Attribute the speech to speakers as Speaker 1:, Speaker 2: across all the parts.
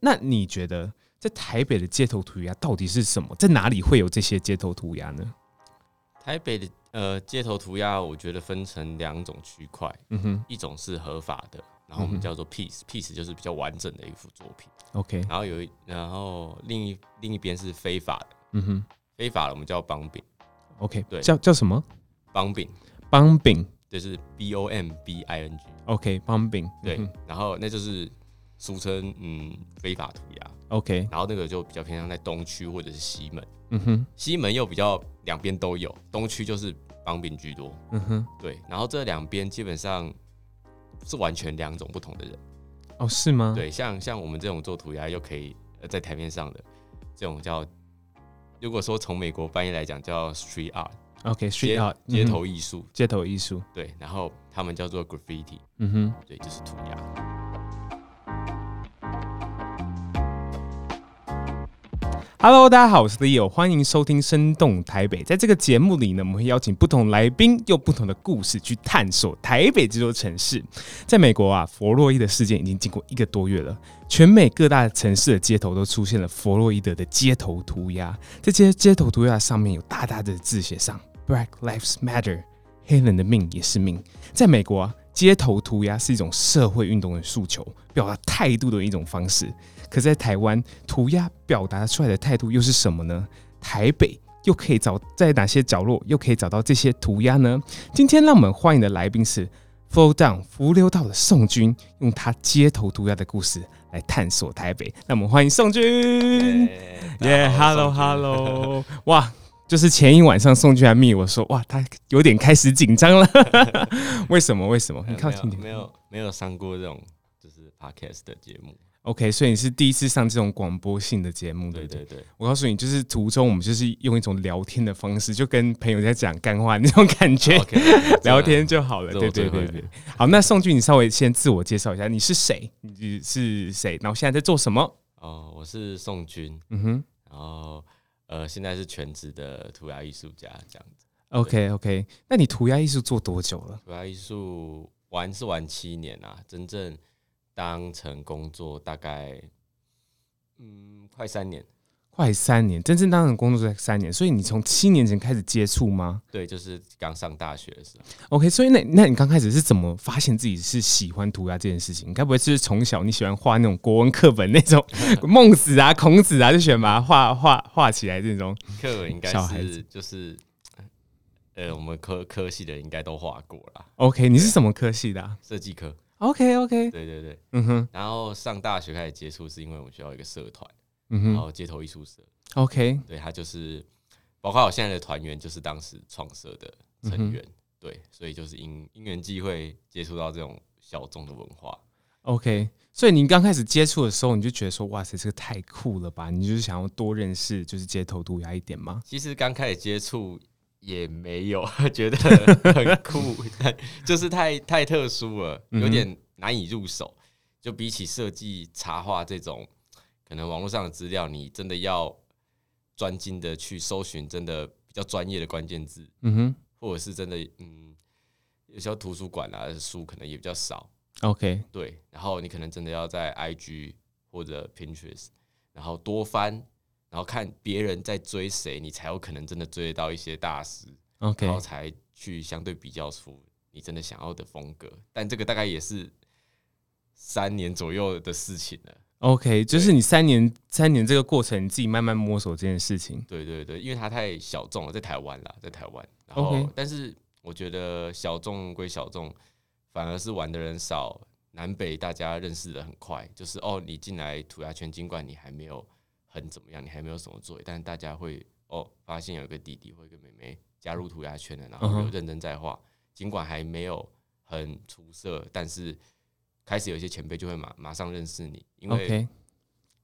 Speaker 1: 那你觉得在台北的街头涂鸦到底是什么？在哪里会有这些街头涂鸦呢？
Speaker 2: 台北的呃街头涂鸦，我觉得分成两种区块，
Speaker 1: 嗯哼
Speaker 2: 一种是合法的，然后我
Speaker 1: 嗯哼
Speaker 2: 们叫做 piece，piece、就是比较完整的一幅作品。
Speaker 1: ，OK，
Speaker 2: 然后有一，然后另一另一边是非法的，
Speaker 1: 嗯哼
Speaker 2: 非法的我们叫帮饼，
Speaker 1: ，OK，
Speaker 2: 对
Speaker 1: 叫叫什么？
Speaker 2: 帮饼
Speaker 1: 帮饼
Speaker 2: 就是 B O M B I N G，
Speaker 1: ，OK，帮饼，
Speaker 2: 对，
Speaker 1: 嗯哼
Speaker 2: 然后那就是俗称嗯非法涂鸦，
Speaker 1: ，OK，
Speaker 2: 然后那个就比较偏向在东区或者是西门，
Speaker 1: 嗯哼，
Speaker 2: 西门又比较两边都有，东区就是帮饼居多，
Speaker 1: 嗯哼，
Speaker 2: 对，然后这两边基本上是完全两种不同的人，
Speaker 1: 哦，是吗？，
Speaker 2: 对，像像我们这种做涂鸦又可以呃在台面上的这种叫，如果说从美国翻译来讲叫 street art。
Speaker 1: OK，street
Speaker 2: 街
Speaker 1: art，
Speaker 2: 街
Speaker 1: 嗯哼
Speaker 2: 头艺术，
Speaker 1: 街头艺术，
Speaker 2: 对，然后他们叫做 graffiti，
Speaker 1: 嗯哼。
Speaker 2: 对，就是涂鸦。
Speaker 1: Hello，大家好，我是 Leo，欢迎收听《生动台北》。在这个节目里呢，我们会邀请不同来宾，用不同的故事去探索台北这座城市。在美国啊，弗洛伊德事件已经经过一个多月了，全美各大城市的街头都出现了弗洛伊德的街头涂鸦，在这些街头涂鸦上面有大大的字写上 “Black Lives Matter”，黑人的命也是命。在美国啊，街头涂鸦是一种社会运动的诉求，表达态度的一种方式。可在台湾，涂鸦表达出来的态度又是什么呢？台北又可以找在哪些角落，又可以找到这些涂鸦呢？今天让我们欢迎的来宾是 Flow Down 浮流道的宋军，用他街头涂鸦的故事来探索台北。那我们欢迎宋
Speaker 2: 嗯
Speaker 1: 军。耶、h e l l o Hello，哇！就是前一晚上宋俊还密我说，哇，他有点开始紧张了， 为什么？为什么？你靠近点。
Speaker 2: 没有没有上过这种就是 podcast 的节目，
Speaker 1: OK，所以你是第一次上这种广播性的节目，对
Speaker 2: 对
Speaker 1: 不对？
Speaker 2: 对对，
Speaker 1: 我告诉你，就是途中我们就是用一种聊天的方式，就跟朋友在讲干话那种感觉
Speaker 2: OK，这样
Speaker 1: 聊天就好了。
Speaker 2: 这
Speaker 1: 对
Speaker 2: 我
Speaker 1: 对
Speaker 2: 最会
Speaker 1: 对对。好，那宋俊，你稍微先自我介绍一下，你是谁？你是谁？然后现在在做什么？
Speaker 2: 哦，我是宋军，
Speaker 1: 嗯哼。
Speaker 2: 然后呃现在是全职的涂鸦艺术家，这样子，
Speaker 1: OK OK，那你涂鸦艺术做多久了？
Speaker 2: 涂鸦艺术玩是玩七年啊，真正当成工作大概嗯快三年，
Speaker 1: 快三年，真正当成工作才三年，所以你从七年前开始接触吗
Speaker 2: 对，就是刚上大学的时候。
Speaker 1: ？OK，所以那那你刚开始是怎么发现自己是喜欢涂鸦这件事情？该不会是从小你喜欢画那种国文课本那种孟子啊、孔子啊，就喜欢把它画画画起来这种？
Speaker 2: 课文应该
Speaker 1: 小孩子
Speaker 2: 是就是，呃，我们科科系的人应该都画过啦，
Speaker 1: OK，你是什么科系的、啊、
Speaker 2: 设计科，
Speaker 1: ？OK OK，
Speaker 2: 对对对。
Speaker 1: 嗯哼，
Speaker 2: 然后上大学开始接触，是因为我们学校有一个社团，
Speaker 1: 嗯
Speaker 2: 然
Speaker 1: 哼
Speaker 2: 后街头艺术社，
Speaker 1: ，OK，
Speaker 2: 对，他就是包括我现在的团员，就是当时创社的
Speaker 1: 嗯
Speaker 2: 成员，对，所以就是因因缘际会接触到这种小众的文化，
Speaker 1: OK，所以你刚开始接触的时候，你就觉得说，哇塞，这个太酷了吧！你就是想要多认识，就是街头涂鸦一点吗？
Speaker 2: 其实刚开始接触也没有 觉得很酷， 但就是太太特殊了，
Speaker 1: 嗯哼
Speaker 2: 有点难以入手。就比起设计、插画这种，可能网络上的资料，你真的要专精的去搜寻，真的比较专业的关键字，
Speaker 1: 嗯
Speaker 2: 或者是真的，嗯，有时候图书馆啊书可能也比较少，
Speaker 1: 哼，OK，
Speaker 2: 对。然后你可能真的要在 IG 或者 Pinterest，然后多翻，然后看别人在追谁，你才有可能真的追得到一些大师，然
Speaker 1: OK，
Speaker 2: 后才去相对比较出你真的想要的风格。但这个大概也是三年左右的事情了。
Speaker 1: OK，就是
Speaker 2: 对
Speaker 1: 你三年三年这个过程，你自己慢慢摸索这件事情。
Speaker 2: 对对对，因为它太小众了，在台湾啦，在台湾。然
Speaker 1: OK
Speaker 2: 后，但是我觉得小众归小众，反而是玩的人少，南北大家认识的很快。就是哦，你进来涂鸦圈，尽管你还没有很怎么样，你还没有什么作为，但是大家会哦，发现有一个弟弟或一个妹妹加入涂鸦圈了，然后
Speaker 1: 嗯哼
Speaker 2: 有认真在画，尽管还没有很出色，但是开始有一些前辈就会马马上认识你，因为
Speaker 1: OK，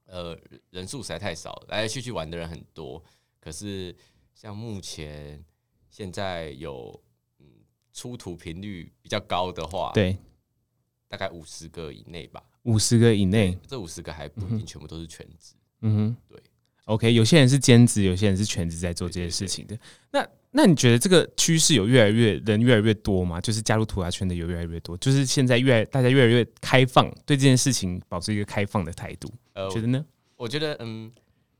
Speaker 2: 呃人数实在太少了，来来去去玩的人很多，可是像目前现在有嗯出图频率比较高的话，，
Speaker 1: 对，
Speaker 2: 大概五十个以内吧。
Speaker 1: 五十个以内，
Speaker 2: 这五十个还
Speaker 1: 嗯
Speaker 2: 不一定全部都是全职，
Speaker 1: 嗯哼，
Speaker 2: 对。
Speaker 1: OK，有些人是兼职，有些人是全职在做这些事情的。那那你觉得这个趋势有越来越人越来越多吗？就是加入涂鸦圈的有越来越多，就是现在越来大家越来越开放，对这件事情保持一个开放的态度，
Speaker 2: 呃，
Speaker 1: 你觉得呢？
Speaker 2: 我觉得嗯，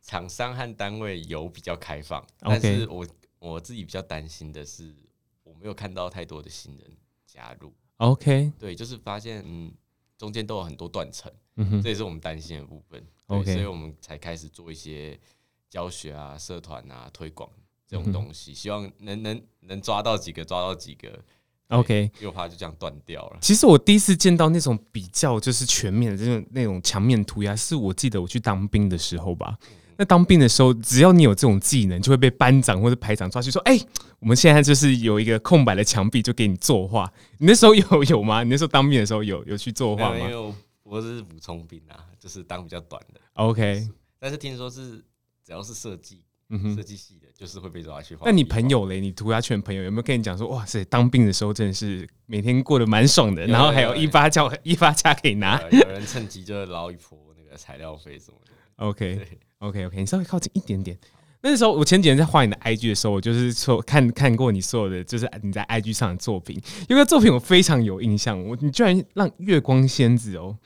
Speaker 2: 厂商和单位有比较开放，
Speaker 1: OK
Speaker 2: 但是我我自己比较担心的是，我没有看到太多的新人加入。
Speaker 1: OK，
Speaker 2: 对，就是发现嗯，中间都有很多断层，
Speaker 1: 嗯哼
Speaker 2: 这也是我们担心的部分。对
Speaker 1: OK
Speaker 2: 所以我们才开始做一些教学啊、社团啊、推广这
Speaker 1: 嗯哼
Speaker 2: 种东西，希望能能能抓到几个，抓到几个。
Speaker 1: ，OK。
Speaker 2: 又怕就这样断掉 了。
Speaker 1: 其实我第一次见到那种比较就是全面的这种那种墙面涂鸦，是我记得我去当兵的时候吧。那当兵的时候，只要你有这种技能，就会被班长或者排长抓去说：“哎、我们现在就是有一个空白的墙壁，就给你作画。”你那时候有有吗？你那时候当兵的时候有有去作
Speaker 2: 没
Speaker 1: 画
Speaker 2: 有，因
Speaker 1: 吗
Speaker 2: 为我我是补充兵啊，就是当比较短的。
Speaker 1: 哦？OK，
Speaker 2: 但是听说是只要是设计
Speaker 1: 嗯哼
Speaker 2: 设。计系的，就是会被抓去画壁画。
Speaker 1: 那你朋友嘞？你涂鸦圈的朋友有没有跟你讲说，哇塞，当兵的时候真的是每天过得蛮爽的，
Speaker 2: 有
Speaker 1: 然后还有
Speaker 2: 有有
Speaker 1: 一发叫一发卡可以拿。
Speaker 2: 对啊有人趁机就捞一波那个材料费什么的。
Speaker 1: OK
Speaker 2: 对
Speaker 1: OK OK，你稍微靠近一点点。那时候我前几天在画你的 IG 的时候，我就是说看看过你所有的，就是你在 IG 上的作品，有个作品我非常有印象，我你居然让月光仙子哦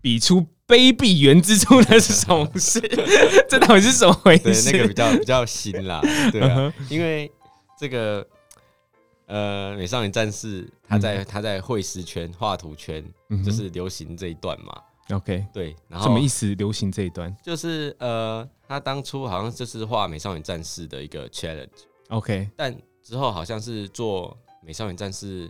Speaker 1: 比出卑鄙原之初的是什么 事？这到底是什么回
Speaker 2: 对，
Speaker 1: 事？
Speaker 2: 那 个比较比较新啦，对
Speaker 1: 嗯
Speaker 2: 啊，因为这个呃，美少女战士她在她在绘师圈、画图圈
Speaker 1: 嗯嗯哼
Speaker 2: 就是流行这一段嘛，
Speaker 1: OK，
Speaker 2: 对，然后
Speaker 1: 什么意思？流行这一段
Speaker 2: 就是呃，她当初好像就是画美少女战士的一个 challenge。
Speaker 1: OK
Speaker 2: 但之后好像是做《美少女战士》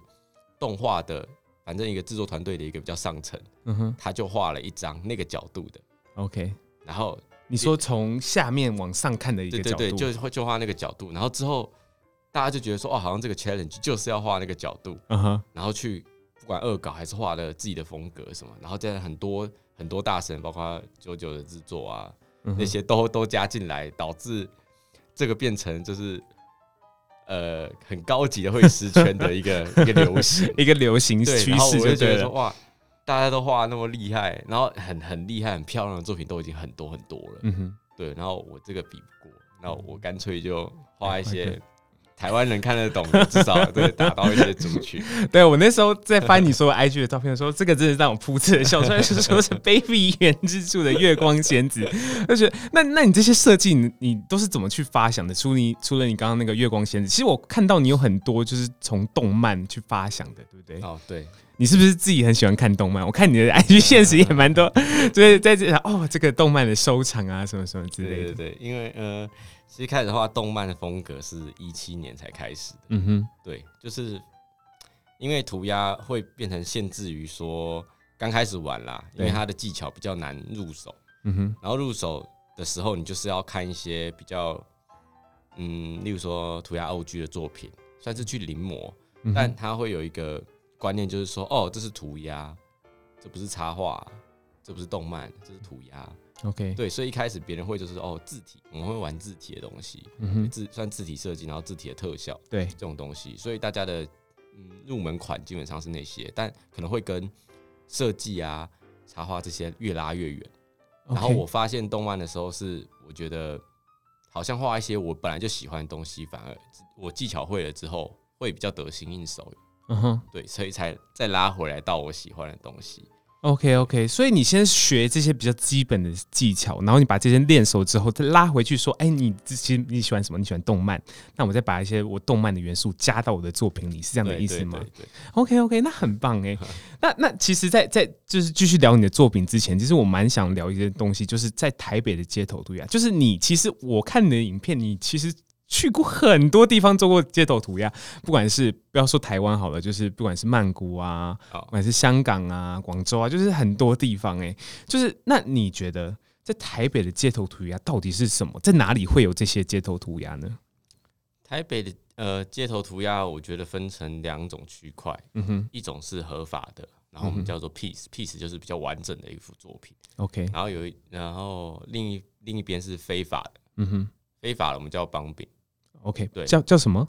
Speaker 2: 动画的，反正一个制作团队的一个比较上层，
Speaker 1: 嗯哼
Speaker 2: 他就画了一张那个角度的，
Speaker 1: OK，
Speaker 2: 然后
Speaker 1: 你说从下面往上看的一
Speaker 2: 对
Speaker 1: 个
Speaker 2: 对
Speaker 1: 角度，
Speaker 2: 对，就会就画那个角度，然后之后大家就觉得说，哦，好像这个 challenge 就是要画那个角度，
Speaker 1: 嗯哼
Speaker 2: 然后去不管恶搞还是画了自己的风格什么，然后在很多很多大神，包括九九的制作啊，
Speaker 1: 嗯哼
Speaker 2: 那些都都加进来，导致这个变成就是呃很高级的绘师圈的一 个一个流行。
Speaker 1: 一个流行
Speaker 2: 对，
Speaker 1: 趋
Speaker 2: 然后
Speaker 1: 势
Speaker 2: 我就觉
Speaker 1: 对
Speaker 2: 得说
Speaker 1: 了。
Speaker 2: 哇，大家都画得那么厉害，然后很很厉害、很漂亮的作品都已经很多很多了，
Speaker 1: 嗯哼，
Speaker 2: 对，然后我这个比不过，那我干脆就画一
Speaker 1: 哎
Speaker 2: 些。台湾人看得懂的，至少 对打到一些族 群。
Speaker 1: 对我那时候在翻你说 IG 的照片的时候，这个真的让我噗嗤的笑 出来，就是说是 Baby 原之助的月光仙子，而且那那你这些设计你你都是怎么去发想的？除你除了你刚刚那个月光仙子，其实我看到你有很多就是从动漫去发想的，对不对？
Speaker 2: 哦，对，
Speaker 1: 你是不是自己很喜欢看动漫？我看你的 IG 现实也蛮多，就是在这哦这个动漫的收藏啊什么什么之
Speaker 2: 对
Speaker 1: 类
Speaker 2: 对
Speaker 1: 的。
Speaker 2: 对，因为呃，其实开始画动漫的风格是一七年才开始的，
Speaker 1: 嗯哼，
Speaker 2: 对，就是因为涂鸦会变成限制于说刚开始玩啦，因为
Speaker 1: 对
Speaker 2: 它的技巧比较难入手，
Speaker 1: 嗯哼。
Speaker 2: 然后入手的时候，你就是要看一些比较，嗯，例如说涂鸦 OG 的作品，算是去临摹，
Speaker 1: 嗯哼
Speaker 2: 但它会有一个观念，就是说，哦，这是涂鸦，这不是插画，这不是动漫，这是涂鸦。
Speaker 1: OK，
Speaker 2: 对，所以一开始别人会就是哦，字体，我们会玩字体的东西，
Speaker 1: 嗯哼，
Speaker 2: 字算字体设计，然后字体的特效。
Speaker 1: 对，
Speaker 2: 这种东西，所以大家的嗯入门款基本上是那些，但可能会跟设计啊、插画这些越拉越远。然后
Speaker 1: OK
Speaker 2: 我发现动漫的时候是，我觉得好像画一些我本来就喜欢的东西，反而我技巧会了之后会比较得心应手，
Speaker 1: 嗯哼
Speaker 2: 对，所以才再拉回来到我喜欢的东西。
Speaker 1: ，OK OK，所以你先学这些比较基本的技巧，然后你把这些练熟之后，再拉回去说，哎、你之前你喜欢什么？你喜欢动漫，那我再把一些我动漫的元素加到我的作品里，是这
Speaker 2: 这
Speaker 1: 样的意思吗？
Speaker 2: 对对对
Speaker 1: OK OK，那很棒哎、
Speaker 2: 嗯
Speaker 1: 那那其实在，在就是继续聊你的作品之前，其实我蛮想聊一些东西，就是在台北的街头涂鸦。就是你其实我看你的影片，你其实去过很多地方做过街头涂鸦，不管是不要说台湾好了，就是不管是曼谷啊，不
Speaker 2: 好，
Speaker 1: 管是香港啊、广州啊，就是很多地方哎、就是那你觉得在台北的街头涂鸦到底是什么？在哪里会有这些街头涂鸦呢？
Speaker 2: 台北的呃街头涂鸦，我觉得分成两种区块，
Speaker 1: 嗯哼嗯
Speaker 2: 一种是合法的，然后我们叫做 piece，piece、就是比较完整的一幅作品。
Speaker 1: ，OK，
Speaker 2: 然后有一，然后另一另一边是非法的，
Speaker 1: 嗯哼
Speaker 2: 非法的我们叫帮饼，
Speaker 1: ，OK，
Speaker 2: 对
Speaker 1: 叫叫什么？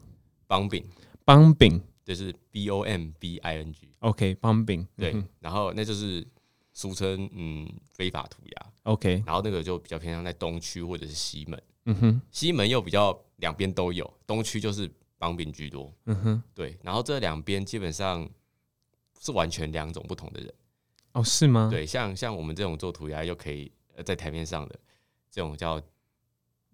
Speaker 2: 帮饼
Speaker 1: 帮饼
Speaker 2: 就是 B O M B I N G，
Speaker 1: ，OK，帮饼，
Speaker 2: 对，
Speaker 1: 嗯哼
Speaker 2: 然后那就是俗称嗯非法涂鸦，
Speaker 1: OK，
Speaker 2: 然后那个就比较偏向在东区或者是西门，
Speaker 1: 嗯哼
Speaker 2: 西门又比较两边都有，东区就是帮兵居多。
Speaker 1: 嗯哼，
Speaker 2: 对，然后这两边基本上是完全两种不同的人。
Speaker 1: 哦，是吗？，
Speaker 2: 对，像像我们这种做涂鸦又可以呃在台面上的这种叫，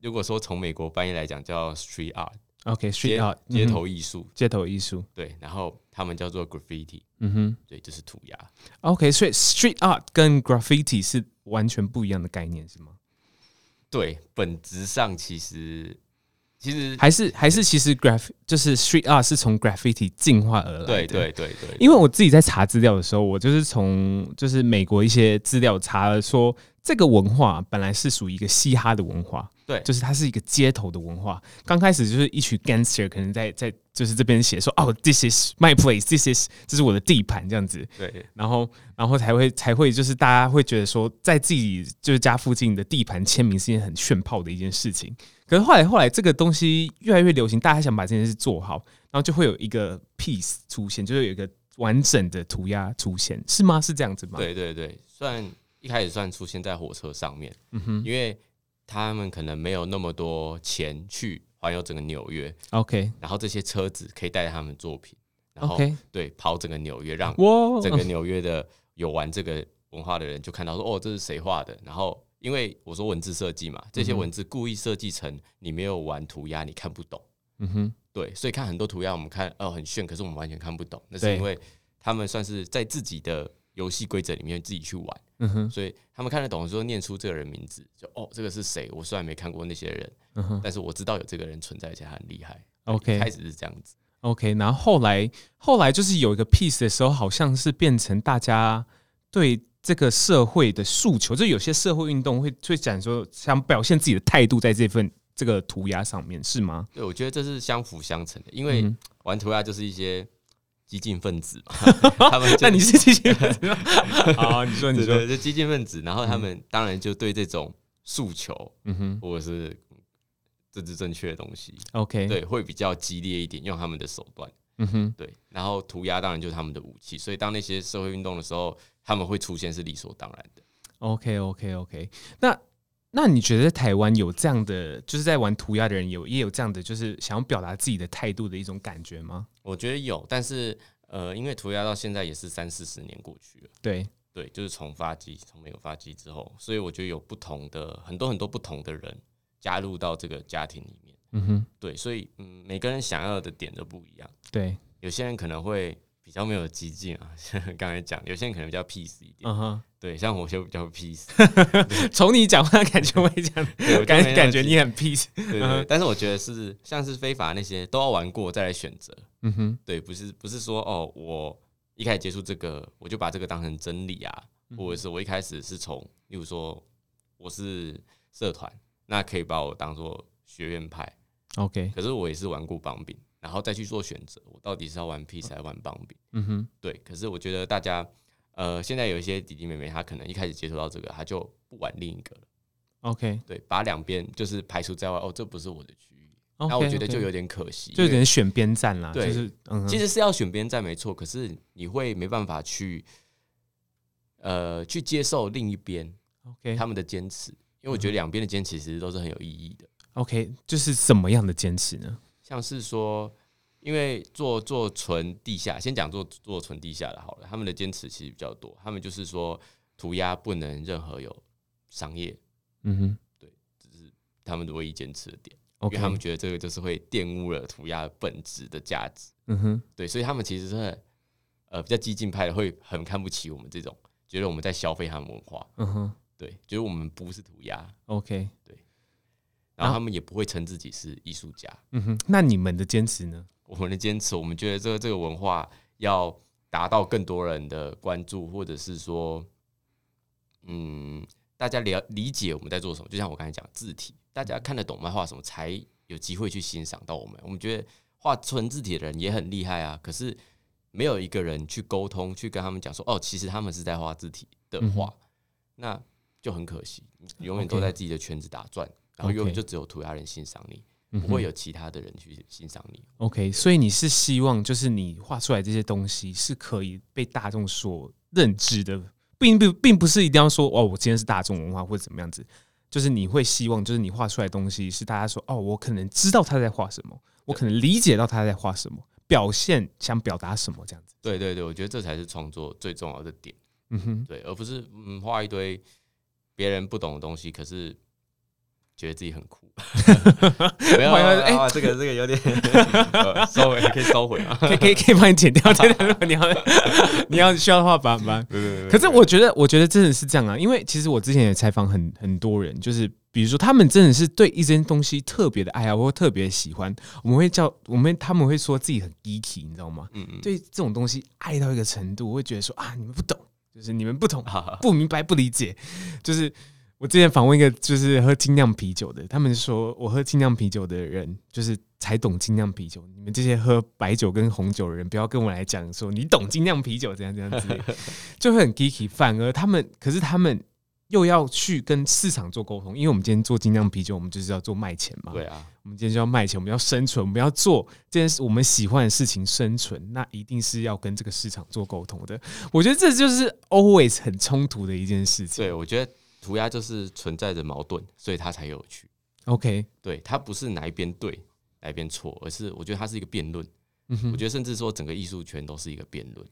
Speaker 2: 如果说从美国翻译来讲叫 street art，
Speaker 1: ，OK，street
Speaker 2: 街
Speaker 1: art，
Speaker 2: 街
Speaker 1: 嗯哼
Speaker 2: 头艺术，
Speaker 1: 街头艺术，
Speaker 2: 对，然后他们叫做 graffiti，
Speaker 1: 嗯哼
Speaker 2: 对，就是涂鸦。
Speaker 1: ，OK，所以 street art 跟 graffiti 是完全不一样的概念，是吗？
Speaker 2: 对，本质上其实其实
Speaker 1: 还是还是其实 graph 就是 street art 是从 graffiti 进化而来的？
Speaker 2: 对对对对，
Speaker 1: 因为我自己在查资料的时候，我就是从就是美国一些资料查了说，这个文化本来是属于一个嘻哈的文化，
Speaker 2: 对
Speaker 1: 就是它是一个街头的文化。刚开始就是一群 gangster 可能在在就是这边写说，哦，this is my place，this is 这是我的地盘这样子，
Speaker 2: 对
Speaker 1: 然后然后才会才会就是大家会觉得说，在自己就是家附近的地盘签名是一件很炫炮的一件事情。可是后来后来这个东西越来越流行，大家想把这件事做好，然后就会有一个 piece 出现，就是有一个完整的涂鸦出现，是吗？是这样子吗？，
Speaker 2: 对对对，算一开始算出现在火车上面，
Speaker 1: 嗯哼
Speaker 2: 因为他们可能没有那么多钱去环游整个纽约，
Speaker 1: ，OK
Speaker 2: 然后这些车子可以带着他们作品，然后
Speaker 1: OK，
Speaker 2: 对跑整个纽约，让
Speaker 1: 哇，哦
Speaker 2: 整个纽约的有玩这个文化的人就看到说，哦，这是谁画的？然后因为我说文字设计嘛，这些
Speaker 1: 嗯哼
Speaker 2: 文字故意设计成你没有玩涂鸦，你看不懂。
Speaker 1: 嗯哼，
Speaker 2: 对，所以看很多涂鸦，我们看哦很炫，可是我们完全看不懂，那
Speaker 1: 对
Speaker 2: 是因为他们算是在自己的游戏规则里面自己去玩，
Speaker 1: 嗯哼，
Speaker 2: 所以他们看得懂，说念出这个人名字，就哦这个是谁？我虽然没看过那些人，
Speaker 1: 嗯哼
Speaker 2: 但是我知道有这个人存在，而且他很厉害。一开
Speaker 1: ，OK
Speaker 2: 始是这样子，
Speaker 1: OK，然后后来后来就是有一个 piece 的时候，好像是变成大家对这个社会的诉求，就有些社会运动会会讲说想表现自己的态度在这份这个涂鸦上面，是吗？
Speaker 2: 对我觉得这是相辅相成的，因为
Speaker 1: 嗯
Speaker 2: 玩涂鸦就是一些激进分子 嘛，他们就
Speaker 1: 那你 是这些分子吗？好，你说你
Speaker 2: 对
Speaker 1: 说，
Speaker 2: 对，就激进分子，然后他们当然就对这种诉求
Speaker 1: 嗯哼
Speaker 2: 或者是政治正确的东西，
Speaker 1: ，OK，，
Speaker 2: 对，会比较激烈一点，用他们的手段。
Speaker 1: 嗯哼
Speaker 2: 对，然后涂鸦当然就是他们的武器，所以当那些社会运动的时候，他们会出现是理所当然的。
Speaker 1: ，OK OK OK，那。那你觉得在台湾有这样的，就是在玩涂鸦的人有也有这样的，就是想要表达自己的态度的一种感觉吗？
Speaker 2: 我觉得有，但是呃，因为涂鸦到现在也是三四十年过去了，
Speaker 1: 对，
Speaker 2: 对，就是从发迹，从没有发迹之后，所以我觉得有不同的很多很多不同的人加入到这个家庭里面，
Speaker 1: 嗯哼，
Speaker 2: 对，所以嗯，每个人想要的点都不一样，
Speaker 1: 对，
Speaker 2: 有些人可能会。比较没有激进啊， 像刚才讲，有些人可能比较 peace 一点，
Speaker 1: 嗯哼，
Speaker 2: 对，像我就比较 peace，
Speaker 1: 从你讲话感觉会这样，
Speaker 2: 对我就
Speaker 1: 感
Speaker 2: 没那么
Speaker 1: 感觉
Speaker 2: 激
Speaker 1: 你很 peace。
Speaker 2: 对对对，但是我觉得是像是非法那些都要玩过再来选择，
Speaker 1: 嗯哼，
Speaker 2: 对，不是不是说哦，我一开始接触这个，我就把这个当成真理啊，或者是我一开始是从，例如说我是社团，那可以把我当做学院派，
Speaker 1: ，OK，
Speaker 2: 可是我也是玩过棒饼，然后再去做选择，我到底是要玩 P 还是玩棒饼？
Speaker 1: 嗯哼，
Speaker 2: 对，可是我觉得大家呃，现在有一些弟弟妹妹，他可能一开始接触到这个，他就不玩另一个了，
Speaker 1: ，OK，
Speaker 2: 对，把两边就是排除在外，哦，这不是我的区域。
Speaker 1: 那
Speaker 2: 那我觉得就有点可惜，
Speaker 1: 就有
Speaker 2: 因为
Speaker 1: 点选边站啦，就
Speaker 2: 对
Speaker 1: 是嗯哼，
Speaker 2: 其实是要选边站没错，可是你会没办法去呃去接受另一边
Speaker 1: OK
Speaker 2: 他们的坚持，因为我觉得
Speaker 1: 嗯
Speaker 2: 两边的坚持其实都是很有意义的，
Speaker 1: OK，就是什么样的坚持呢？
Speaker 2: 像是说。因为做做纯地下，先讲做做纯地下的好了。他们的坚持其实比较多，他们就是说涂鸦不能任何有商业，
Speaker 1: 嗯哼
Speaker 2: 他们的唯一坚持的点，因为
Speaker 1: ，OK，
Speaker 2: 他们觉得这个就是会玷污了涂鸦本质的价值。
Speaker 1: 嗯哼
Speaker 2: 对，所以他们其实是很呃比较激进派的，会很看不起我们这种，觉得我们在消费他们文化，
Speaker 1: 嗯哼
Speaker 2: 对，觉得我们不是涂鸦，
Speaker 1: ，OK，
Speaker 2: 然
Speaker 1: 啊
Speaker 2: 后他们也不会称自己是艺术家。
Speaker 1: 嗯哼，那你们的坚持呢？
Speaker 2: 我们的坚持，我们觉得这个这个文化要达到更多人的关注，或者是说，嗯，大家了理解我们在做什么。就像我刚才讲字体，大家看得懂漫画什么，才有机会去欣赏到我们。我们觉得画纯字体的人也很厉害啊，可是没有一个人去沟通，去跟他们讲说，哦，其实他们是在画字体的画，那就很可惜，你永远都
Speaker 1: OK
Speaker 2: 在自己的圈子打转。然后永远
Speaker 1: OK
Speaker 2: 就只有涂鸦人欣赏你，
Speaker 1: 嗯
Speaker 2: 不会
Speaker 1: 哼
Speaker 2: 有其他的人去欣赏你。
Speaker 1: OK，所以你是希望就是你画出来这些东西是可以被大众所认知的，并不并不是一定要说哦，我今天是大众文化或者怎么样子，就是你会希望，就是你画出来的东西是大家说哦，我可能知道他在画什么，我可能理解到他在画什么，表现想表达什么这样子。
Speaker 2: 对对对，我觉得这才是创作最重要的点，
Speaker 1: 嗯 哼，
Speaker 2: 对，而不是嗯画一堆别人不懂的东西，可是觉得自己很酷。 没 有，
Speaker 1: 画一堆
Speaker 2: 哎、这个这个有点呃收回，可以收回啊吗？
Speaker 1: 可以可以可以帮你剪掉这段，如果你要 你要需要的话，把把可
Speaker 2: 可
Speaker 1: 是我觉得，我觉得真的是这样啊，因为其实我之前也采访很很多人，就是比如说他们真的是对一件东西特别的爱啊好或特别喜欢，我们会叫我们他们会说自己很 geeky，你知道吗？
Speaker 2: 嗯嗯，
Speaker 1: 对这种东西爱到一个程度，我会觉得说啊，你们不懂，就是你们不懂，
Speaker 2: 哈哈
Speaker 1: 不明白、不理解。就是我之前访问一个就是喝精酿啤酒的，他们说我喝精酿啤酒的人就是才懂精酿啤酒，你们这些喝白酒跟红酒的人，不要跟我来讲说你懂精酿啤酒怎样怎样之类的，就会很 geeky。反而他们，可是他们。又要去跟市场做沟通，因为我们今天做精酿啤酒，我们就是要做卖钱嘛。
Speaker 2: 对啊，
Speaker 1: 我们今天就要卖钱，我们要生存，我们要做这件事我们喜欢的事情生存，那一定是要跟这个市场做沟通的。我觉得这就是 always 很冲突的一件事情。
Speaker 2: 对，我觉得涂鸦就是存在着矛盾，所以它才有趣。
Speaker 1: OK，
Speaker 2: 对，它不是哪一边对，哪一边错，而是我觉得它是一个辩论。
Speaker 1: 嗯
Speaker 2: 我
Speaker 1: 哼
Speaker 2: 觉得甚至说整个艺术圈都是一个辩论，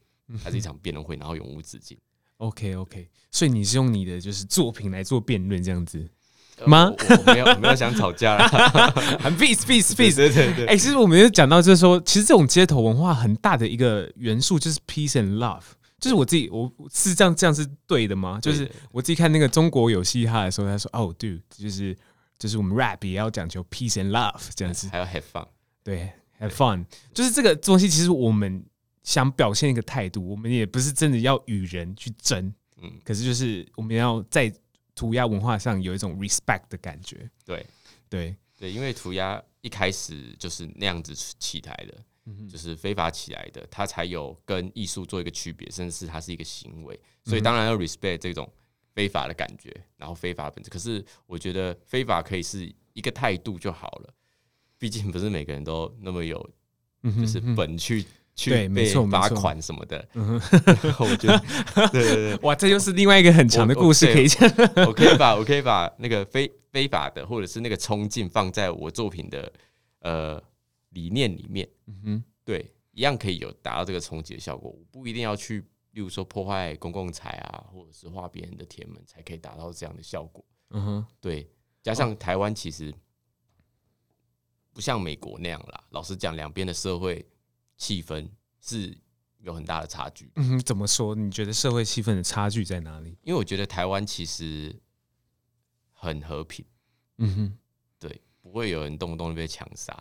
Speaker 2: 它是一场辩论会，然后永无止境。
Speaker 1: ，OK OK，所以你是用你的就是作品来做辩论这样子，
Speaker 2: 呃
Speaker 1: 吗
Speaker 2: 我我我没有我没有想吵 架啦，
Speaker 1: 很 peace peace
Speaker 2: 对
Speaker 1: peace。
Speaker 2: 对对 对
Speaker 1: 哎、其实我们就讲到，就是说，其实这种街头文化很大的一个元素就是 peace and love。就是我自己，我是这样，这样是对的吗？就是
Speaker 2: 对对
Speaker 1: 我自己看那个中国有嘻哈的时候，他说：“哦、d u d e 就是就是我们 rap 也要讲求 peace and love 这样 子。”
Speaker 2: 还要 have fun。
Speaker 1: 对，have fun，就是这个东西，其实我们想表现一个态度，我们也不是真的要与人去争，
Speaker 2: 嗯，
Speaker 1: 可是就是我们要在涂鸦文化上有一种 respect 的感觉。
Speaker 2: 对
Speaker 1: 对，
Speaker 2: 对，因为涂鸦一开始就是那样子起来的，
Speaker 1: 嗯
Speaker 2: 就是非法起来的，它才有跟艺术做一个区别，甚至是它是一个行为，
Speaker 1: 嗯
Speaker 2: 所以当然要 respect 这种非法的感觉，然后非法本质。可是我觉得非法可以是一个态度就好了，毕竟不是每个人都那么有
Speaker 1: 嗯哼
Speaker 2: 就是本去。
Speaker 1: 对
Speaker 2: 去
Speaker 1: 没
Speaker 2: 被
Speaker 1: 错没
Speaker 2: 罚
Speaker 1: 错
Speaker 2: 款什么的，
Speaker 1: 嗯
Speaker 2: 我觉得，对对对，
Speaker 1: 哇，这又是另外一个很长的故事
Speaker 2: 我我
Speaker 1: 可以讲。
Speaker 2: 我可以把我可以把那个非非法的或者是那个冲劲放在我作品的呃理念里面，
Speaker 1: 嗯哼
Speaker 2: 对，一样可以有达到这个冲击的效果。我不一定要去，例如说破坏公共财啊，或者是画别人的铁门，才可以达到这样的效果。
Speaker 1: 嗯哼，
Speaker 2: 对，加上台湾其实不像美国那样啦，老实讲，两边的社会气氛是有很大的差距的。
Speaker 1: 嗯哼，怎么说？你觉得社会气氛的差距在哪里？
Speaker 2: 因为我觉得台湾其实很和平。
Speaker 1: 嗯哼
Speaker 2: 对，不会有人动不动就被枪杀。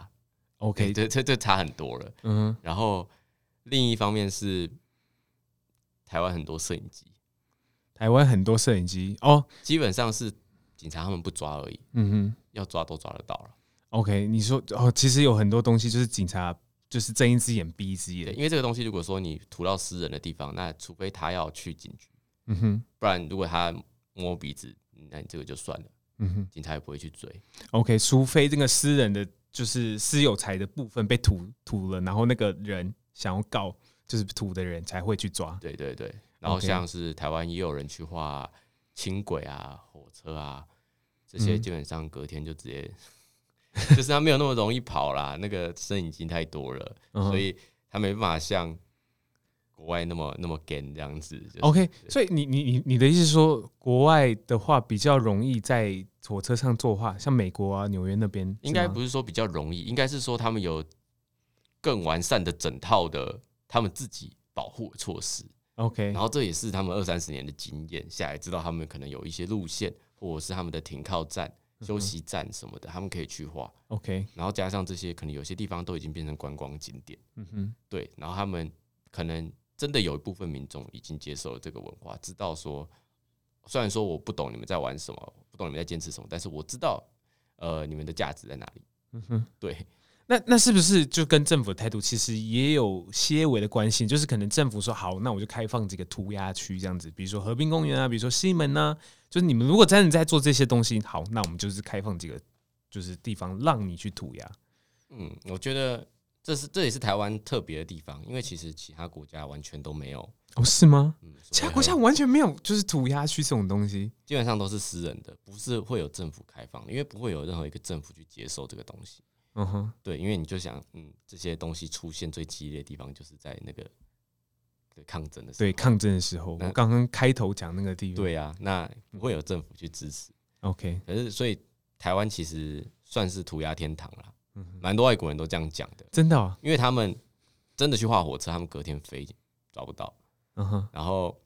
Speaker 2: 对，
Speaker 1: ，OK，
Speaker 2: 这这这差很多了。
Speaker 1: 嗯哼，
Speaker 2: 然后另一方面是台湾很多摄影机，
Speaker 1: 台湾很多摄影机哦，
Speaker 2: 基本上是警察他们不抓而已，
Speaker 1: 嗯哼
Speaker 2: 要抓都抓得到了。
Speaker 1: ，OK，你说哦，其实有很多东西就是警察就是睁一只眼闭一只
Speaker 2: 对，
Speaker 1: 眼。
Speaker 2: 因为这个东西如果说你涂到私人的地方，那除非他要去警局，
Speaker 1: 嗯哼，
Speaker 2: 不然如果他摸鼻子，那你这个就算了，
Speaker 1: 嗯哼。
Speaker 2: 警察也不会去追。
Speaker 1: OK，除非这个私人的就是私有财的部分被吐吐了，然后那个人想要告，就是吐的人才会去抓。
Speaker 2: 对对对，然后
Speaker 1: OK
Speaker 2: 像是台湾也有人去画轻轨啊、火车啊这些，
Speaker 1: 嗯
Speaker 2: 基本上隔天就直接， 就是他没有那么容易跑啦，那个摄影机太多了，
Speaker 1: 嗯哼
Speaker 2: 所以他没办法像国外那么那么 gan 这样子。就是
Speaker 1: OK，
Speaker 2: 对
Speaker 1: 所以你你你你的意思是说，国外的话比较容易在火车上作画，像美国啊、纽约那边，
Speaker 2: 应该
Speaker 1: 是吗
Speaker 2: 不是说比较容易，应该是说他们有更完善的整套的他们自己保护的措施。
Speaker 1: OK
Speaker 2: 然后这也是他们二三十年的经验下来，知道他们可能有一些路线，或者是他们的停靠站、
Speaker 1: 嗯
Speaker 2: 休息站什么的，他们可以去画。
Speaker 1: OK，
Speaker 2: 然后加上这些，可能有些地方都已经变成观光景点，
Speaker 1: 嗯哼，
Speaker 2: 对。然后他们可能真的有一部分民众已经接受了这个文化，知道说，虽然说我不懂你们在玩什么，不懂你们在坚持什么，但是我知道，呃，你们的价值在哪里。
Speaker 1: 嗯哼。
Speaker 2: 对，
Speaker 1: 那那是不是就跟政府的态度其实也有些微的关系？就是可能政府说好，那我就开放几个涂鸦区这样子，比如说河滨公园啊，比如说西门啊，就是你们如果真的在做这些东西，好，那我们就是开放几个就是地方让你去涂鸦。
Speaker 2: 嗯，我觉得这是这也是台湾特别的地方，因为其实其他国家完全都没有，
Speaker 1: 哦，是吗？
Speaker 2: 嗯，所谓
Speaker 1: 其他国家
Speaker 2: 的
Speaker 1: 完全没有，就是涂鸦区这种东西。
Speaker 2: 基本上都是私人的，不是会有政府开放的，因为不会有任何一个政府去接受这个东西。
Speaker 1: 嗯哼，
Speaker 2: 对，因为你就想，嗯，这些东西出现最激烈的地方就是在那个对抗争的时候，
Speaker 1: 对，抗争的时候，
Speaker 2: 那
Speaker 1: 我刚刚开头讲那个地方。
Speaker 2: 对啊，那不会有政府去支持。
Speaker 1: ，OK，
Speaker 2: 可是，所以台湾其实算是涂鸦天堂啦，
Speaker 1: 嗯哼，
Speaker 2: 蛮多外国人都这样讲的，
Speaker 1: 真的、哦，
Speaker 2: 因为他们真的去画火车，他们隔天飞找不到。
Speaker 1: 嗯哼，
Speaker 2: 然后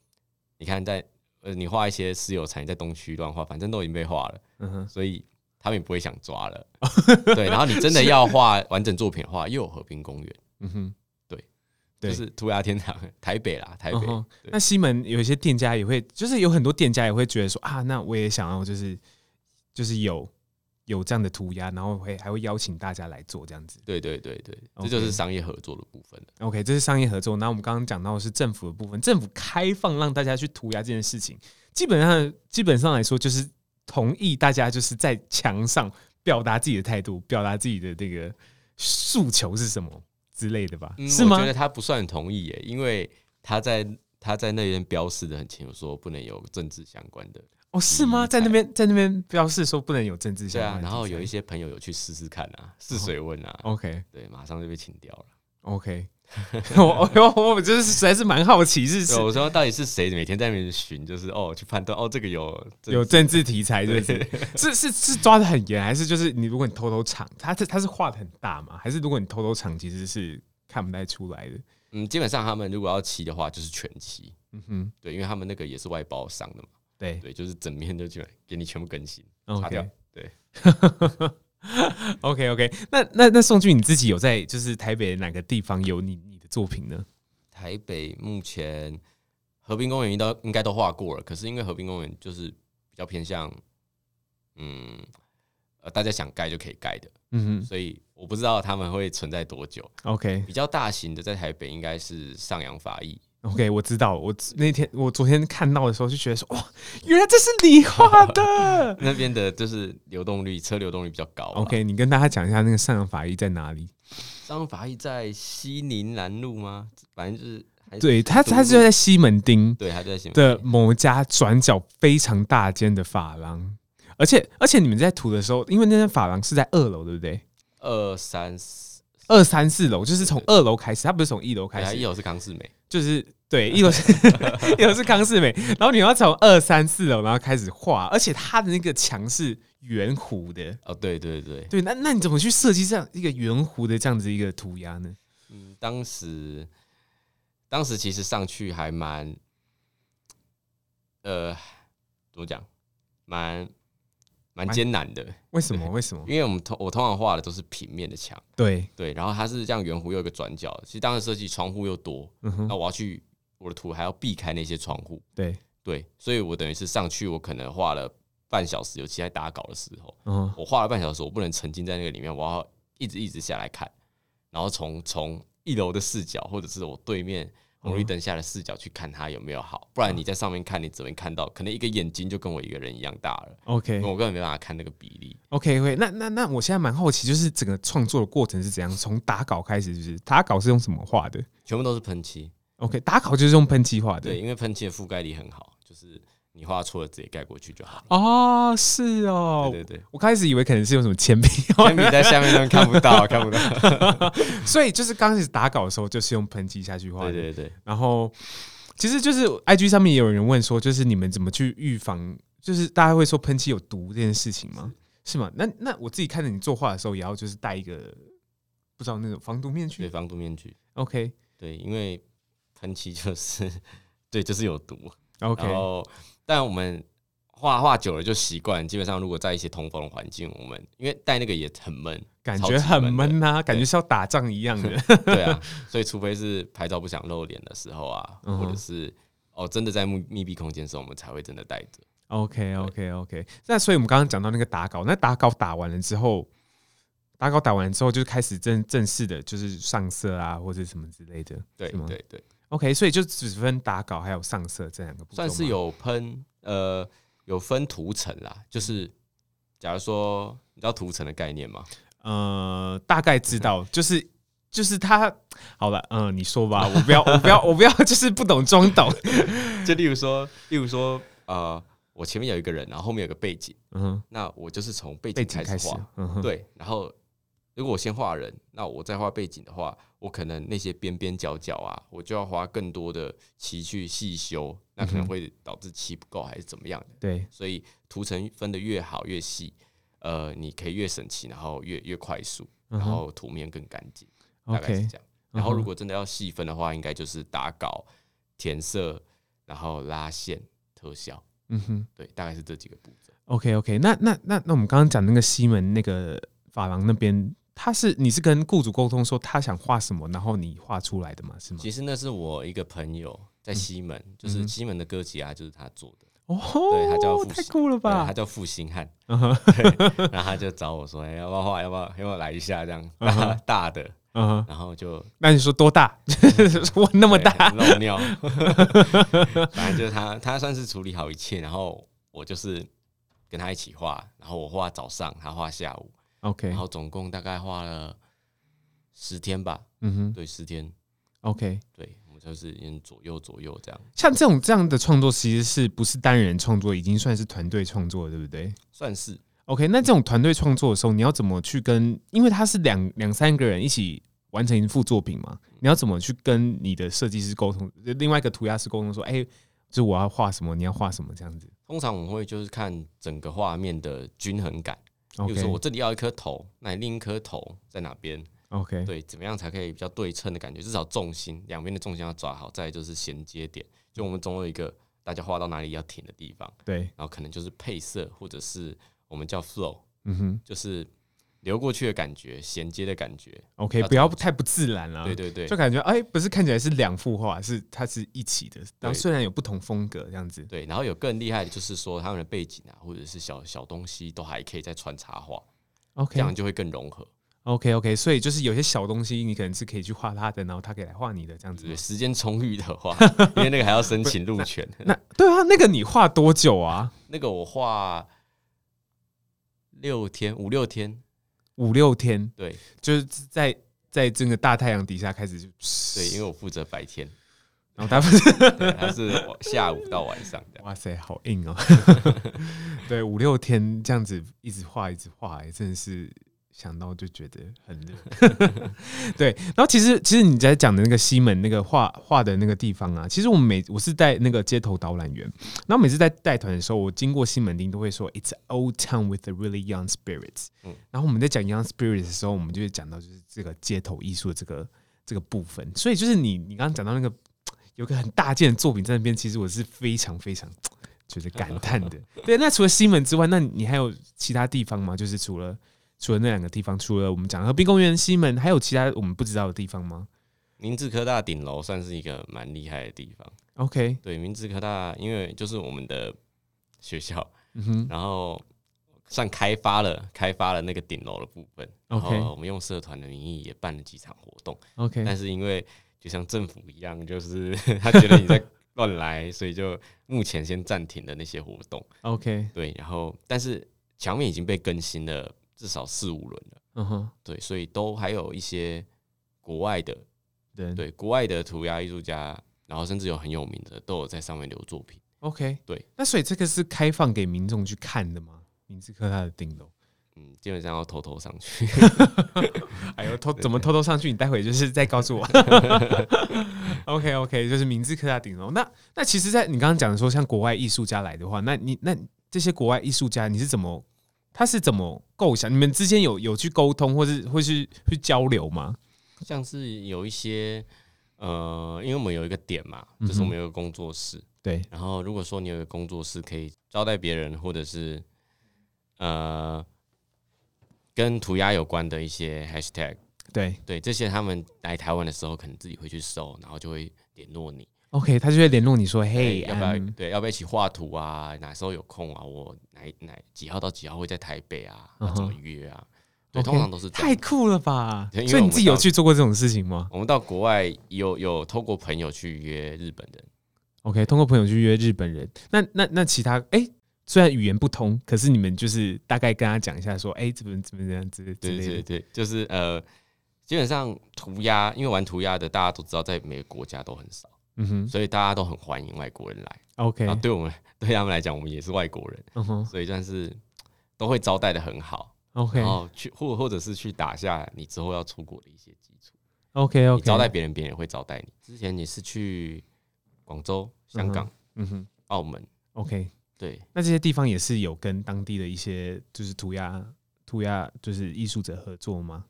Speaker 2: 你看在，呃，你画一些私有产业在东区乱画，反正都已经被画了，
Speaker 1: 嗯哼，
Speaker 2: 所以他们也不会想抓了。 对，然后你真的要画完整作品的话，又有和平公园，
Speaker 1: 嗯哼，对
Speaker 2: 就是涂鸦天堂，台北啦，台北。
Speaker 1: 嗯哼
Speaker 2: 对
Speaker 1: 那西门有一些店家也会，就是有很多店家也会觉得说啊，那我也想要，就是就是有有这样的涂鸦，然后会还会邀请大家来做这样子。
Speaker 2: 对对对对，
Speaker 1: OK
Speaker 2: 这就是商业合作的部分了。
Speaker 1: OK，这是商业合作。那我们刚刚讲到的是政府的部分，政府开放让大家去涂鸦这件事情，基本上基本上来说就是同意大家就是在墙上表达自己的态度，表达自己的这个诉求是什么之类的吧？
Speaker 2: 嗯
Speaker 1: 是
Speaker 2: 我
Speaker 1: 吗
Speaker 2: 觉？得他不算同意耶，因为他在他在那边标示的很清楚，说不能有政治相关的。
Speaker 1: 哦，是吗？
Speaker 2: 题材
Speaker 1: 在那边在那边标示说不能有政治
Speaker 2: 对
Speaker 1: 相关
Speaker 2: 啊
Speaker 1: 的，题材。
Speaker 2: 然后有一些朋友有去试试看
Speaker 1: 哦
Speaker 2: 啊，试水温啊，
Speaker 1: OK
Speaker 2: 对，马上就被请掉了。
Speaker 1: OK，我我我就是实在是蛮好奇是
Speaker 2: 对，
Speaker 1: 是
Speaker 2: 我说到底是谁每天在那边寻，就是哦去判断哦这个有这
Speaker 1: 有政治题材，是不是？ 是是是抓的很严，还是就是你如果你偷偷藏，它是它是画的很大嘛？还是如果你偷偷藏，其实是看不太出来的？
Speaker 2: 嗯，基本上他们如果要漆的话就是全漆，
Speaker 1: 嗯哼，
Speaker 2: 对，因为他们那个也是外包商的嘛，
Speaker 1: 对
Speaker 2: 对，就是整面就基本给你全部更新，擦掉
Speaker 1: ，OK，
Speaker 2: 对。
Speaker 1: OK OK，那那那宋俊你自己有在就是台北哪个地方有你你的作品呢？
Speaker 2: 台北目前和平公园应该应该都画过了，可是因为和平公园就是比较偏向，嗯，呃，大家想盖就可以盖的，
Speaker 1: 嗯
Speaker 2: 所以我不知道他们会存在多久。
Speaker 1: 哼，OK
Speaker 2: 比较大型的在台北应该是上阳法医，
Speaker 1: OK，我知道，我那天我昨天看到的时候就觉得说，哇，原来这是你画的。
Speaker 2: 那边的就是流动率车流动率比较高啊。
Speaker 1: OK，你跟大家讲一下那个上阳法医在哪里？
Speaker 2: 上阳法医在西宁南路吗？反正就是还是
Speaker 1: 对，它
Speaker 2: 东
Speaker 1: 它
Speaker 2: 部
Speaker 1: 就在西门町
Speaker 2: 对，他就在西宁
Speaker 1: 的某一家转角非常大间的发廊，而且而且你们在涂的时候，因为那间发廊是在二楼，对不对？
Speaker 2: 二三四，
Speaker 1: 二三四楼就是从二楼开始，它不是哎从一楼开
Speaker 2: 还
Speaker 1: 始，
Speaker 2: 有是康世美，
Speaker 1: 就是 对，一楼是一楼是康世美，然后你要从二三四楼然后开始画，而且它的那个墙是圆弧的。
Speaker 2: 哦，对对对，
Speaker 1: 对，那那你怎么去设计这样一个圆弧的这样子一个涂鸦呢？
Speaker 2: 嗯，当时当时其实上去还蛮，呃，怎么讲，蛮蛮
Speaker 1: 蛮
Speaker 2: 艰难的，
Speaker 1: 为什么？为什么？
Speaker 2: 因为我们通我通常画的都是平面的墙，
Speaker 1: 对，
Speaker 2: 对，然后它是这样圆弧又有一个转角，其实当时设计窗户又多，
Speaker 1: 嗯哼
Speaker 2: 那，我要去我的图还要避开那些窗户，
Speaker 1: 对，
Speaker 2: 对，所以我等于是上去我可能画了半小时，尤其在打稿的时候，
Speaker 1: 嗯
Speaker 2: 我画了半小时，我不能沉浸在那个里面，我要一直一直下来看，然后从从一楼的视角，或者是我对面红绿灯下的视角去看它有没有好，不然你在上面看，你只能看到可能一个眼睛就跟我一个人一样大了，
Speaker 1: ，OK，
Speaker 2: 我根本没办法看那个比例。
Speaker 1: OK OK，那那那我现在蛮好奇，就是整个创作的过程是怎样？从打稿开始，就是打稿是用什么画的
Speaker 2: 全部都是喷漆，
Speaker 1: ？OK，打稿就是用喷漆画的。
Speaker 2: 嗯对，，因为喷漆的覆盖力很好，就是你画错了直接盖过去就好了。
Speaker 1: 哦，是哦。
Speaker 2: 对 对对，
Speaker 1: 我开始以为可能是用什么铅笔，
Speaker 2: 铅笔在下面那边看不到，看不到。
Speaker 1: 所以就是刚开始打稿的时候就是用喷漆下去画的。
Speaker 2: 对对对，
Speaker 1: 然后其实就是 IG 上面也有人问说，就是你们怎么去预防？就是大家会说喷漆有毒这件事情吗？是吗？那那我自己看着你作画的时候，也要就是戴一个不知道那种防毒面
Speaker 2: 对
Speaker 1: 具。
Speaker 2: 防毒面具，
Speaker 1: OK
Speaker 2: 对，因为喷漆就是 对，就是有毒。
Speaker 1: OK，
Speaker 2: 然后，但我们画画久了就习惯，基本上如果在一些通风的环境，我们因为戴那个也很 闷，
Speaker 1: 感
Speaker 2: 超
Speaker 1: 觉
Speaker 2: 级
Speaker 1: 很
Speaker 2: 闷的
Speaker 1: 闷呐、啊感觉是要打仗一样的。
Speaker 2: 对啊，所以除非是拍照不想露脸的时候啊，
Speaker 1: 嗯哼
Speaker 2: 或者是哦真的在密密闭空间的时候，我们才会真的戴着。
Speaker 1: OK OK OK，那所以我们刚刚讲到那个打稿，那打稿打完了之后，打稿打完了之后，就是开始正正式的，就是上色啊或者什么之类的。
Speaker 2: 对
Speaker 1: 是吗
Speaker 2: 对对，
Speaker 1: OK，所以就只分打稿还有上色这两个部分，
Speaker 2: 算是。有喷呃有分涂层啦，就是假如说你知道涂层的概念吗？
Speaker 1: 呃，大概知道，就是就是他好了，嗯，你说吧，我不要，我不 要，我不要，就是不懂装懂。
Speaker 2: 就例如说，例如说，呃，我前面有一个人，然后后面有个背景，
Speaker 1: 嗯，
Speaker 2: 那我就是从背
Speaker 1: 背
Speaker 2: 景
Speaker 1: 景
Speaker 2: 开
Speaker 1: 开
Speaker 2: 始
Speaker 1: 始
Speaker 2: 画，，
Speaker 1: 嗯哼，
Speaker 2: 对，然后如果我先画人，那我再画背景的话，我可能那些边边角角啊，我就要花更多的漆去细修，那
Speaker 1: 嗯
Speaker 2: 可能
Speaker 1: 哼
Speaker 2: 会导致漆不够还是怎么样的。
Speaker 1: 对，
Speaker 2: 所以涂层分的越好越细，呃，你可以越省漆，然后越越快速，
Speaker 1: 嗯
Speaker 2: 然
Speaker 1: 哼
Speaker 2: 后图面更干净，大概是
Speaker 1: ，OK，
Speaker 2: 这样。然后
Speaker 1: 嗯哼
Speaker 2: 如果真的要细分的话，应该就是打稿、填色，然后拉线、特效，
Speaker 1: 嗯哼
Speaker 2: 对，大概是这几个步骤。
Speaker 1: ，OK，OK，那那那那我们刚刚讲那个西门那个发廊那边，他是你是跟雇主沟通说他想画什么，然后你画出来的嘛，是吗？
Speaker 2: 其实那是我一个朋友在西门，就
Speaker 1: 嗯
Speaker 2: 是
Speaker 1: 哼
Speaker 2: 西门的歌吉啊，就是他做的，
Speaker 1: 哦，
Speaker 2: 对他叫复
Speaker 1: 太
Speaker 2: 习
Speaker 1: 酷了
Speaker 2: 对
Speaker 1: 吧
Speaker 2: 他？叫负心汉，
Speaker 1: 嗯 哼，
Speaker 2: 然后他就找我说，哎，要不要画，要不要，要不要来一下这样
Speaker 1: 嗯
Speaker 2: 大
Speaker 1: 哼
Speaker 2: 大的，
Speaker 1: 嗯哼，
Speaker 2: 然后就
Speaker 1: 那你说多大？ 我 那么
Speaker 2: 嗯对
Speaker 1: 大，
Speaker 2: 漏尿， 反正就是他，他算是处理好一切，然后我就是跟他一起画，然后我画早上，他画下午，
Speaker 1: ，OK，
Speaker 2: 然后总共大概画了十天吧，
Speaker 1: 嗯哼
Speaker 2: 对，十天，
Speaker 1: ，OK。
Speaker 2: 对，我们就是嗯左右左右这样，
Speaker 1: 像这种这样的创作，其实是不是单人创作，已经算是团队创作了，对不对
Speaker 2: 算是
Speaker 1: ？OK，那这种团队创作的时候，你要怎么去跟？因为他是两两三个人一起完成一幅作品嘛，你要怎么去跟你的设计师沟通？呃另外一个涂鸦师沟通说，哎、就我要画什么，你要画什么这样子。
Speaker 2: 通常我们会就是看整个画面的均衡感，比如说我
Speaker 1: OK
Speaker 2: 这里要一颗头，那你另一颗头在哪边？
Speaker 1: OK，
Speaker 2: 对，怎么样才可以比较对称的感觉？至少重心两边的重心要抓好，再来就是衔接点，就我们总有一个大家画到哪里要停的地方，
Speaker 1: 对，
Speaker 2: 然后可能就是配色，或者是我们叫 flow，
Speaker 1: 嗯哼
Speaker 2: 就是流过去的感觉，衔接的感觉。
Speaker 1: ，OK，
Speaker 2: 要
Speaker 1: 不要
Speaker 2: 怎么
Speaker 1: 太不自然了。
Speaker 2: 对对对
Speaker 1: 就感觉哎、不是看起来是两幅画，是它是一起的，然后
Speaker 2: 对
Speaker 1: 虽然有不同风格这样子。
Speaker 2: 对，然后有更厉害的就是说他们的背景啊，或者是小小东西都还可以再穿插画，这
Speaker 1: OK
Speaker 2: 样就会更融合。
Speaker 1: OK OK，所以就是有些小东西，你可能是可以去画它的，然后它可以来画你的这样子吗
Speaker 2: 对，。时间充裕的话，因为那个还要申请入权，
Speaker 1: 那对啊，那个你画多久啊？
Speaker 2: 那个我画六天五六天，
Speaker 1: 五六天，
Speaker 2: 对
Speaker 1: 就是在在这个大太阳底下开始就，
Speaker 2: 对，因为我负责白天。
Speaker 1: 然后它不是，
Speaker 2: 对，它是晚下午到晚上这样。
Speaker 1: 哇塞，好硬哦。 对，五六天这样子一直画一直画，哎真的是想到就觉得很 热。对，然后其实其实你在讲的那个西门那个画画的那个地方啊，其实我们每我是在那个街头导览员，然后每次在带团的时候，我经过西门町都会说 "It's an old town with a really young spirits"。
Speaker 2: 嗯
Speaker 1: 然后我们在讲 young spirits 的时候，我们就会讲到就是这个街头艺术的这个这个部分。所以就是你你刚刚讲到那个有个很大件的作品在那边，其实我是非常非常觉得感叹 的。对，那除了西门之外，那你还有其他地方吗？就是除了除了那两个地方，除了我们讲河滨公园、西门，还有其他我们不知道的地方吗
Speaker 2: 明治科大顶楼算是一个蛮厉害的地方。
Speaker 1: ？OK，
Speaker 2: 对，明治科大因为就是我们的学校，
Speaker 1: 嗯哼
Speaker 2: 然后算开发了开发了那个顶楼的部分，然
Speaker 1: OK
Speaker 2: 后我们用社团的名义也办了几场活动，但
Speaker 1: ，OK，
Speaker 2: 是因为就像政府一样，就是 他觉得你在乱来，所以就目前先暂停了那些活动。
Speaker 1: OK，
Speaker 2: 对，然后但是墙面已经被更新了至少四五轮了，
Speaker 1: 嗯哼，
Speaker 2: 对，所以都还有一些国外的
Speaker 1: 对
Speaker 2: 对，国外的涂鸦艺术家，然后甚至有很有名的，都有在上面留作品。
Speaker 1: ，OK，
Speaker 2: 对。
Speaker 1: 那所以这个是开放给民众去看的吗？明治科大的顶楼，
Speaker 2: 嗯，基本上要偷偷上去。
Speaker 1: 哎呦，偷怎么偷偷上去？你待会就是再告 诉我。OK OK，就是明治科大顶楼。那那其实，在你刚刚讲的说，像国外艺术家来的话，那你那这些国外艺术家，你是怎么，他是怎么构想？你们之间有有去沟通，或是或是去交流吗？
Speaker 2: 像是有一些，呃，因为我们有一个点嘛，就是我们有一个工作室。
Speaker 1: 对
Speaker 2: 然后如果说你有一个工作室可以招待别人，或者是呃跟涂鸦有关的一些 hashtag，
Speaker 1: 对
Speaker 2: 对这些他们来台湾的时候，可能自己会去搜，然后就会联络你。
Speaker 1: ，OK，他就会联络你说，嗯
Speaker 2: 哎
Speaker 1: 嘿，
Speaker 2: 要不要
Speaker 1: I'm-
Speaker 2: 对要不要一起画图啊？哪时候有空啊？我哪哪几号到几号会在台北啊？
Speaker 1: 嗯
Speaker 2: 要
Speaker 1: 哼
Speaker 2: 怎么约啊？对，
Speaker 1: OK，
Speaker 2: 通常都是这
Speaker 1: 太
Speaker 2: 样。
Speaker 1: 酷了吧！
Speaker 2: 对因为
Speaker 1: 所以
Speaker 2: 我
Speaker 1: 你
Speaker 2: 们
Speaker 1: 自己有
Speaker 2: 到
Speaker 1: 去做过这种事情吗
Speaker 2: 我们到国外有有透过朋友去约日本人，
Speaker 1: ？OK，通过朋友去约日本人，那那那其他哎。虽然语言不通，可是你们就是大概跟他讲一下，说，哎、这边这边这样之之
Speaker 2: 对
Speaker 1: 类
Speaker 2: 对
Speaker 1: 的。
Speaker 2: 对，就是呃，基本上涂鸦，因为玩涂鸦的大家都知道，在每个国家都很少，
Speaker 1: 嗯哼
Speaker 2: 所以大家都很欢迎外国人来。
Speaker 1: ，OK，
Speaker 2: 然后对我们 对他们来讲，我们也是外国人，
Speaker 1: 嗯哼
Speaker 2: 所以算是都会招待的很好。
Speaker 1: ，OK
Speaker 2: 然后去或或者是去打下你之后要出国的一些基础。
Speaker 1: OK
Speaker 2: 你
Speaker 1: OK，
Speaker 2: 招待，别人，别人也会招待你。之前你是去广州、香港、
Speaker 1: 嗯哼
Speaker 2: 澳门，
Speaker 1: ，OK，
Speaker 2: 对，
Speaker 1: 那这些地方也是有跟当地的一些就是涂鸦涂鸦就是艺术者合作吗？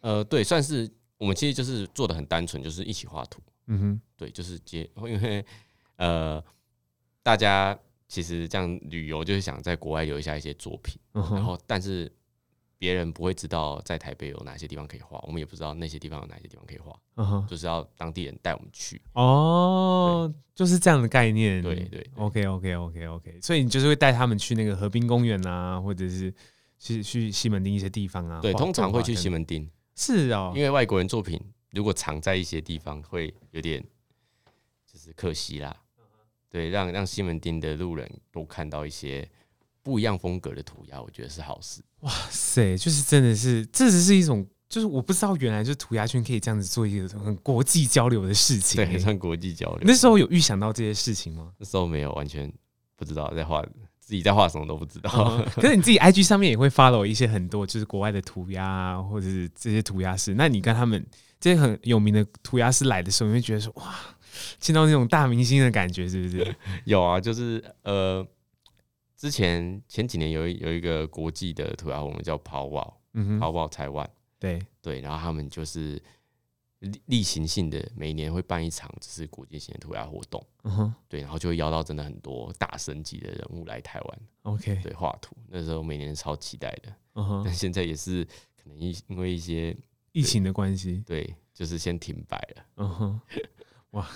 Speaker 2: 呃，对，算是我们其实就是做的很单纯，就是一起画图，
Speaker 1: 嗯哼，
Speaker 2: 对，就是接，因为呃，大家其实这样旅游就是想在国外留下一些作品，
Speaker 1: 嗯
Speaker 2: 然
Speaker 1: 哼，
Speaker 2: 后但是别人不会知道在台北有哪些地方可以画，我们也不知道那些地方有哪些地方可以画，
Speaker 1: 嗯哼，
Speaker 2: 就是要当地人带我们去，
Speaker 1: 哦，就是这样的概念，
Speaker 2: 对对对
Speaker 1: OK OK OK OK，所以你就是会带他们去那个河滨公园啊，或者是去去西门町一些地方啊。
Speaker 2: 对，
Speaker 1: 画
Speaker 2: 通常会去西，
Speaker 1: 画
Speaker 2: 门町，
Speaker 1: 等等是哦，
Speaker 2: 因为外国人作品如果藏在一些地方，会有点就是可惜啦。
Speaker 1: 嗯
Speaker 2: 对，让让西门町的路人都看到一些不一样风格的涂鸦，我觉得是好事。
Speaker 1: 哇塞，就是真的是，这只是一种，就是我不知道原来就是涂鸦圈可以这样子做一个很国际交流的事情
Speaker 2: 对，
Speaker 1: 欸。
Speaker 2: 很 像国际交流。
Speaker 1: 那时候有预想到这些事情吗？
Speaker 2: 那时候没有完全不知道在画，自己在画什么都不知道。
Speaker 1: 可是你自己 IG 上面也会 follow 一些很多就是国外的涂鸦啊，或者是这些涂鸦师。那你跟他们这些很有名的涂鸦师来的时候，你会觉得说哇，见到那种大明星的感觉，是不是？
Speaker 2: 有啊，就是呃，之前前几年有一有一个国际的涂鸦活动叫 Pow
Speaker 1: 嗯哼，
Speaker 2: Wow，Pow Wow 台湾。
Speaker 1: 对，
Speaker 2: 对，然后他们就是例例行性的每年会办一场，就是国际型的涂鸦活动。
Speaker 1: 嗯哼
Speaker 2: 对，然后就会邀到真的很多大神级的人物来台湾，
Speaker 1: ，OK，
Speaker 2: 对画图。那时候每年超期待的，
Speaker 1: 嗯哼
Speaker 2: 但，现在也是可能因因为一些
Speaker 1: 疫情的关系，
Speaker 2: 对，就是先停摆了。
Speaker 1: 嗯哼， 哇，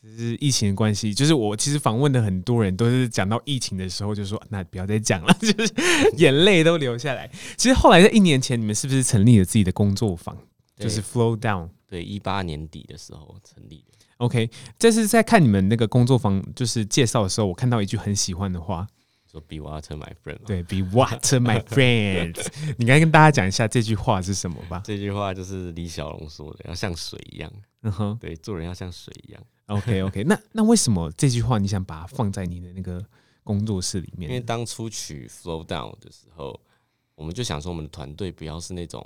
Speaker 1: 只是疫情的关系，就是我其实访问的很多人都是讲到疫情的时候就说，那不要再讲了， 就是眼泪都流下来。其实后来在一年前，你们是不是成立了自己的工作坊，就
Speaker 2: 对
Speaker 1: 是 Flow Down？
Speaker 2: 对，一八年底的时候成立的。
Speaker 1: OK，这是在看你们那个工作坊就是介绍的时候，我看到一句很喜欢的话，
Speaker 2: 说 Be water, my friend 嘛。，
Speaker 1: 对，Be what my friends。你 该跟大家讲一下这句话是什么吧？
Speaker 2: 这句话就是李小龙说的，要像水一样。
Speaker 1: 嗯哼
Speaker 2: 对，做人要像水一样。
Speaker 1: ，OK OK，那那为什么这句话你想把它放在你的那个工作室里
Speaker 2: 因为
Speaker 1: 面？
Speaker 2: 当初取 Flow Down 的时候，我们就想说，我们的团队不要是那种，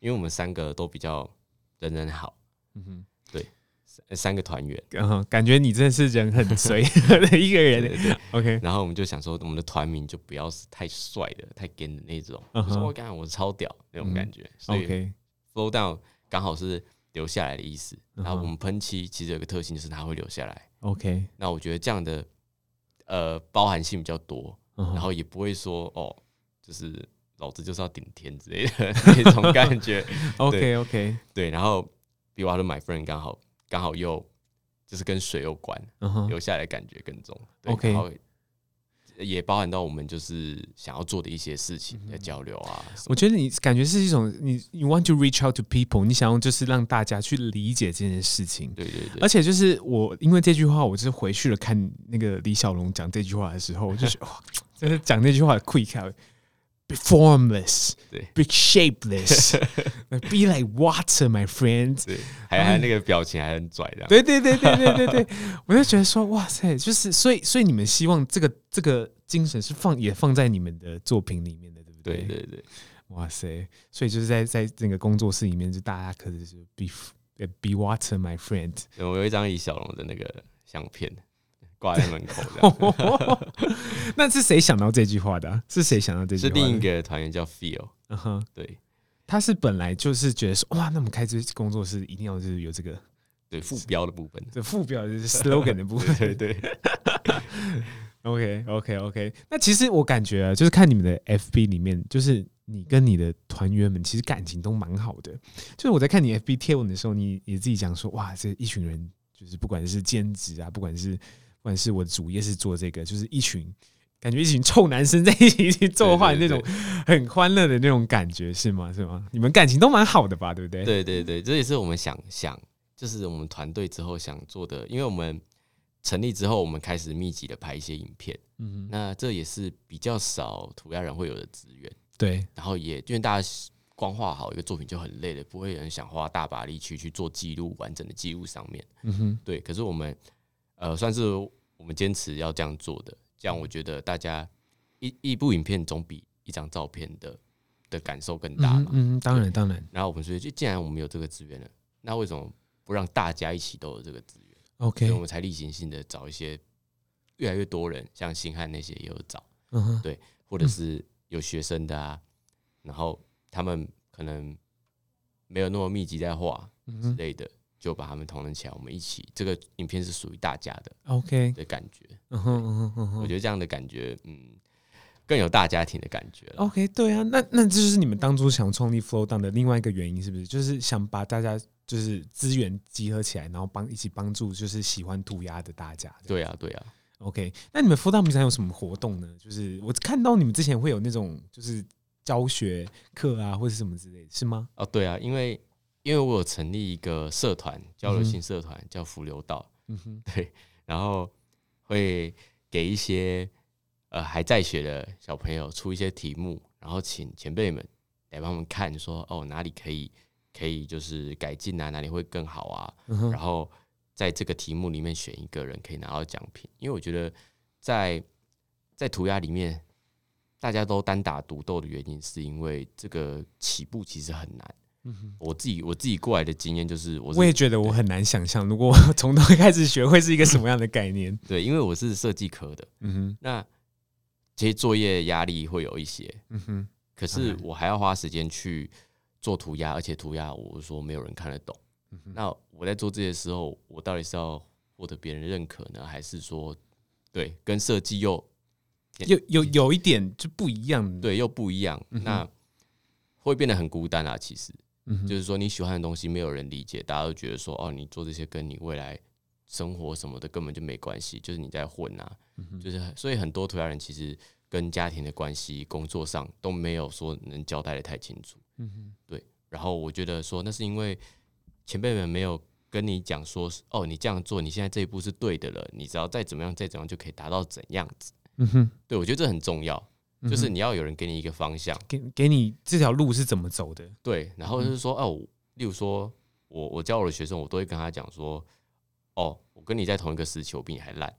Speaker 2: 因为我们三个都比较人人好，
Speaker 1: 嗯哼
Speaker 2: 呃三个团员。
Speaker 1: 嗯哼，感觉你真的是人很 随的一个
Speaker 2: 对
Speaker 1: 人。
Speaker 2: 对对
Speaker 1: OK，
Speaker 2: 然后我们就想说，我们的团名就不要是太帅的、太 gay 的那种，
Speaker 1: 嗯
Speaker 2: 就
Speaker 1: 哼嗯
Speaker 2: 说我干我超屌那种感觉，所以
Speaker 1: OK，
Speaker 2: flow down 刚好是留下来的意思。
Speaker 1: 嗯哼
Speaker 2: 然后我们喷漆其实有个特性就是它会留下来，
Speaker 1: OK，
Speaker 2: 那我觉得这样的呃包含性比较多，
Speaker 1: 嗯哼
Speaker 2: 然后也不会说哦，就是老子就是要顶天之类的 那种感觉。
Speaker 1: OK OK，
Speaker 2: 对，然后 Be Water My Friend 刚好刚好又就是跟水有关，
Speaker 1: 嗯哼
Speaker 2: 留下来的感觉更重。对
Speaker 1: OK
Speaker 2: 然后也包含到我们就是想要做的一些事情的交流啊什么。
Speaker 1: 嗯我觉得你感觉是一种你你 want to reach out to people，你想要就是让大家去理解这件事情。
Speaker 2: 对对对，
Speaker 1: 而且就是我因为这句话，我就是回去了看那个李小龙讲这句话的时候， 我就觉得哇，真的讲这句话的 quick 啊。Be formless,
Speaker 2: 对
Speaker 1: be shapeless, be like water, my friends。
Speaker 2: 对，还还那个表情还很拽这样。
Speaker 1: 对对对对对对对，我就觉得说，哇塞，就是所以所以你们希望这个这个精神是放也放在你们的作品里面的，对不
Speaker 2: 对对对
Speaker 1: 哇塞！所以就是在在那个工作室里面，就大家可能就是 be f- 呃 be water my friend。
Speaker 2: 对，我有一张李小龙的那个相片挂在门口 这样。
Speaker 1: 那是谁想到这句话的啊、是谁想到这句
Speaker 2: 是
Speaker 1: 话的？
Speaker 2: 另一个团员叫 Feel，
Speaker 1: 嗯哼，
Speaker 2: 对
Speaker 1: 他是本来就是觉得说，哇，那我们开这工作室一定要就是有这个
Speaker 2: 对副标的部分。
Speaker 1: 这副标就是 slogan 的部分。
Speaker 2: 对对对
Speaker 1: OK OK OK，那其实我感觉啊，就是看你们的 FB 里面，就是你跟你的团员们其实感情都蛮好的。就是我在看你 FB 贴文的时候，你也自己讲说，哇，这一群人就是不管是兼职啊，不管是不管是我的主业是做这个，就是一群感觉一群臭男生在一起一起做饭那
Speaker 2: 对对
Speaker 1: 种很欢乐的那种感觉，是吗？是吗？你们感情都蛮好的吧？对不对？
Speaker 2: 对对对，这也是我们想想，就是我们团队之后想做的，因为我们成立之后，我们开始密集的拍一些影片，
Speaker 1: 嗯哼，
Speaker 2: 那这也是比较少涂鸦人会有的资源，
Speaker 1: 对，
Speaker 2: 然后也因为大家光画好一个作品就很累了，不会有人想花大把力气去做记录，完整的记录上面。
Speaker 1: 嗯哼，
Speaker 2: 对，可是我们呃算是我们坚持要这样做的，这样我觉得大家一一部影片总比一张照片的的感受更大
Speaker 1: 嗯
Speaker 2: 嘛。
Speaker 1: 嗯，当然当然，
Speaker 2: 然后我们所以就既然我们有这个资源了，那为什么不让大家一起都有这个资源？所以我
Speaker 1: OK，
Speaker 2: 们才例行性的找一些越来越多人，像星汉那些也有找，
Speaker 1: 嗯哼，
Speaker 2: 对或者是有学生的啊，然后他们可能没有那么密集在画
Speaker 1: 嗯
Speaker 2: 之
Speaker 1: 哼
Speaker 2: 类的，就把他们同仁起来，我们一起这个影片是属于大家的
Speaker 1: ，OK，
Speaker 2: 的感觉。
Speaker 1: 嗯哼嗯哼嗯
Speaker 2: 我
Speaker 1: 哼
Speaker 2: 觉得这样的感觉，嗯，更有大家庭的感觉了。
Speaker 1: ，OK，对啊，那那这就是你们当初想创立 Flow Down 的另外一个原因，是不是？就是想把大家就是资源集合起来，然后帮一起帮助就是喜欢涂鸦的大家。
Speaker 2: 对啊，对啊，
Speaker 1: OK，那你们 Flow Down 平常有什么活动呢？就是我看到你们之前会有那种就是教学课啊，或者是什么之类的，是吗？
Speaker 2: 哦，对啊，因为因为我有成立一个社团，交流
Speaker 1: 嗯哼
Speaker 2: 性社团，叫浮流道，
Speaker 1: 嗯哼，
Speaker 2: 然后会给一些呃还在学的小朋友出一些题目，然后请前辈们来帮我们看说，哦哪里可以可以就是改进啊，哪里会更好啊，
Speaker 1: 嗯哼
Speaker 2: 然后在这个题目里面选一个人可以拿到奖品，因为我觉得在在涂鸦里面，大家都单打独斗的原因，是因为这个起步其实很难。
Speaker 1: 嗯哼，
Speaker 2: 我自己我自己过来的经验就是，我
Speaker 1: 我也
Speaker 2: 是
Speaker 1: 觉得我很难想象，如果我 从头开始学会是一个什么样的概念。
Speaker 2: 对，因为我是设计科的，
Speaker 1: 嗯哼，
Speaker 2: 那其实作业压力会有一些，
Speaker 1: 嗯哼，
Speaker 2: 可
Speaker 1: 当
Speaker 2: 是
Speaker 1: 然
Speaker 2: 我还要花时间去做涂鸦，而且涂鸦我说没有人看得懂。
Speaker 1: 嗯哼，
Speaker 2: 那我在做这些时候，我到底是要获得别人的认可呢，还是说，对，跟设计又
Speaker 1: 有有有一点就不一样。，
Speaker 2: 对又不一样？
Speaker 1: 嗯哼
Speaker 2: 那会变得很孤单啊。其实
Speaker 1: 嗯哼
Speaker 2: 就，是说，你喜欢的东西没有人理解，大家都觉得说，哦，你做这些跟你未来生活什么的根本就没关系，就是你在混啊。
Speaker 1: 嗯哼
Speaker 2: 就是很所以很多涂鸦人其实跟家庭的关系、工作上都没有说能交代的太清楚。
Speaker 1: 嗯哼，
Speaker 2: 然后我觉得说，那是因为前辈们没有跟你讲说，哦，你这样做，你现在这一步是对的了，你只要再怎么样，再怎么样就可以达到怎样子。
Speaker 1: 嗯哼，
Speaker 2: 对我觉得这很重要，
Speaker 1: 嗯哼
Speaker 2: 就是你要有人给你一个方向，
Speaker 1: 给给你这条路是怎么走的。
Speaker 2: 对，然
Speaker 1: 嗯
Speaker 2: 后就是说，哦，我例如说我我教我的学生，我都会跟他讲说，哦，我跟你在同一个时期，我比你还烂，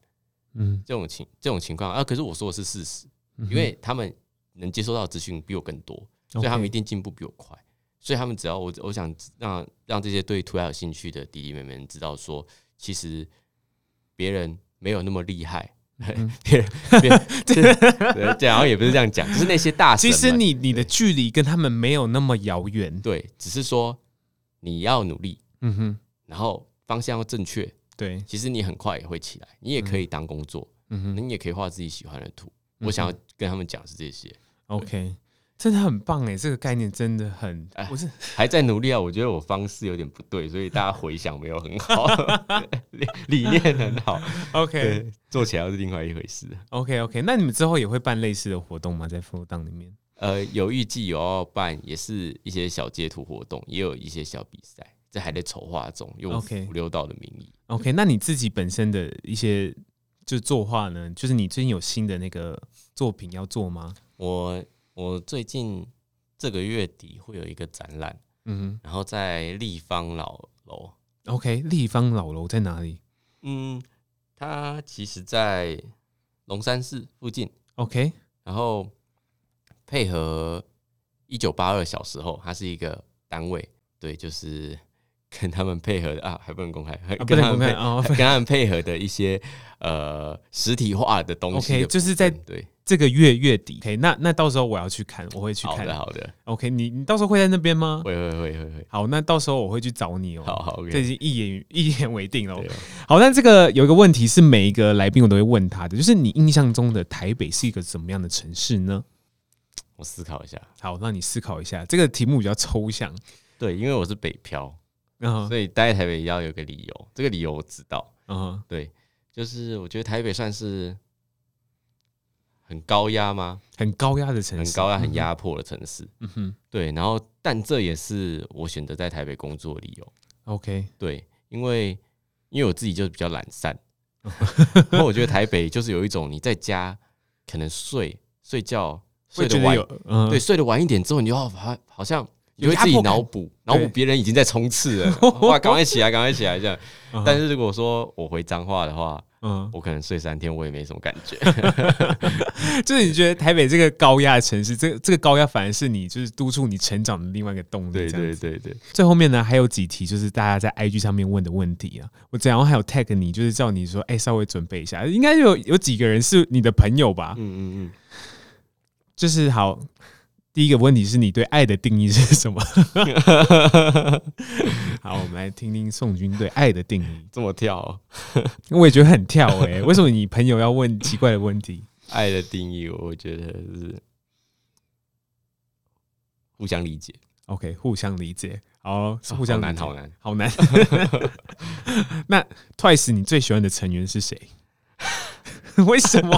Speaker 1: 嗯，
Speaker 2: 这种情这种情况啊，可是我说的是事实，
Speaker 1: 因
Speaker 2: 因为他们能接收到的资讯比我更多，所以他们一定进步比我快。所以他们只要我，我想让让这些对涂鸦有兴趣的弟弟妹妹们知道说，其实别人没有那么厉害，
Speaker 1: 嗯
Speaker 2: 别人别 人就是对这样好像也不是这样讲，就是那些大
Speaker 1: 其
Speaker 2: 神们。
Speaker 1: 实你你的距离跟他们没有那么遥远。
Speaker 2: 对，只是说你要努力，
Speaker 1: 嗯哼，
Speaker 2: 然后方向要正确，
Speaker 1: 对，
Speaker 2: 其实你很快也会起来，你也可以当工作，
Speaker 1: 嗯哼嗯
Speaker 2: 你也可以画自己喜欢的图。我想要跟他们讲是这些，
Speaker 1: ，OK，真的很棒哎，这个概念真的很
Speaker 2: 哎，
Speaker 1: 我是
Speaker 2: 还在努力啊，我觉得我方式有点不对，所以大家回想没有 很好，理理念很好，
Speaker 1: OK 嗯
Speaker 2: 对，做起来又是另外一回事。
Speaker 1: OK OK，那你们之后也会办类似的活动吗？在 Flow Down 里面？
Speaker 2: 呃，有预计有要办，也是一些小街头活动，也有一些小比赛，这还在筹划中，用
Speaker 1: OK
Speaker 2: 五六道的名义。
Speaker 1: OK，那你自己本身的一些就作画呢？就是你最近有新的那个作品要做吗？
Speaker 2: 我我最近这个月底会有一个展览，
Speaker 1: 嗯
Speaker 2: 然后在立方老楼，
Speaker 1: 哼，OK，立方老楼在哪里
Speaker 2: 嗯，它其实在龙山寺附近，
Speaker 1: ？OK，
Speaker 2: 然后配合一九八二小时候，它是一个单位，对，就是跟他们配合的啊，还不能公开，
Speaker 1: 啊不
Speaker 2: 跟
Speaker 1: 能
Speaker 2: 他
Speaker 1: 公开
Speaker 2: 们
Speaker 1: 哦
Speaker 2: 配， 跟他们配合的一些呃实体化的东
Speaker 1: OK，
Speaker 2: 西的部分
Speaker 1: 就是在
Speaker 2: 对，
Speaker 1: 这个月月底。OK，那那到时候我要去看，我会去
Speaker 2: 好
Speaker 1: 看
Speaker 2: 的。好的，
Speaker 1: OK，你你到时候会在那边吗？
Speaker 2: 会会会会会，
Speaker 1: 好，那到时候我会去找你哦、
Speaker 2: 好好
Speaker 1: 这
Speaker 2: ，OK，
Speaker 1: 已经一言一言为定了哦
Speaker 2: 对。
Speaker 1: 好，那这个有一个问题是每一个来宾我都会问他的，就是你印象中的台北是一个怎么样的城市呢？
Speaker 2: 我思考一下，
Speaker 1: 好，让你思考一下，这个题目比较抽象。
Speaker 2: 对，因为我是北漂，
Speaker 1: 嗯哼
Speaker 2: 所以待在台北要有个理由，这个理由我知道，
Speaker 1: 嗯哼，
Speaker 2: 就是我觉得台北算是很高压吗？
Speaker 1: 很高压的嗯城
Speaker 2: 很
Speaker 1: 市，
Speaker 2: 高压、很压迫的城市。
Speaker 1: 嗯哼。嗯哼
Speaker 2: 对，然后但这也是我选择在台北工作的理由。
Speaker 1: OK，
Speaker 2: 对，因为因为我自己就是比较懒 散，然后我觉得台北就是有一种你在家可能睡睡觉睡
Speaker 1: 会
Speaker 2: 得
Speaker 1: 觉得
Speaker 2: 晚，
Speaker 1: 有嗯
Speaker 2: 对，睡得晚一点之后，你就好好好像你会自己脑补，
Speaker 1: 有压迫
Speaker 2: 脑
Speaker 1: 感
Speaker 2: 补别人已经在冲刺 了，哇，赶快起来，赶快起来这样。但是如果说我回彰化的话，
Speaker 1: 嗯，
Speaker 2: 我可能睡三天，我也没什么感觉。
Speaker 1: 就是你觉得台北这个高压的城市，这个这个高压反而是你就是督促你成长的另外一个动力。
Speaker 2: 对
Speaker 1: 这样
Speaker 2: 对
Speaker 1: 子
Speaker 2: 对对，
Speaker 1: 最后面呢，还有几题就是大家在 IG 上面问的问题啊，我怎样还有 tag 你，就是叫你说，哎、稍微准备一下，应该有有几个人是你的朋友吧？
Speaker 2: 嗯嗯
Speaker 1: 就是好，第一个问题是你对爱的定义是什么？ 好，我们来听听宋军对爱的定义
Speaker 2: 嗯，。这么跳哦、
Speaker 1: 我也觉得很跳哎、为什么你朋友要问奇怪的问题？
Speaker 2: 爱的定义，我觉得是互相理解，
Speaker 1: OK，互相理解，好，是互相
Speaker 2: 好
Speaker 1: 理
Speaker 2: 难
Speaker 1: 解
Speaker 2: 好难。
Speaker 1: 好难。 那 Twice 你最喜欢的成员是谁？ 为什么？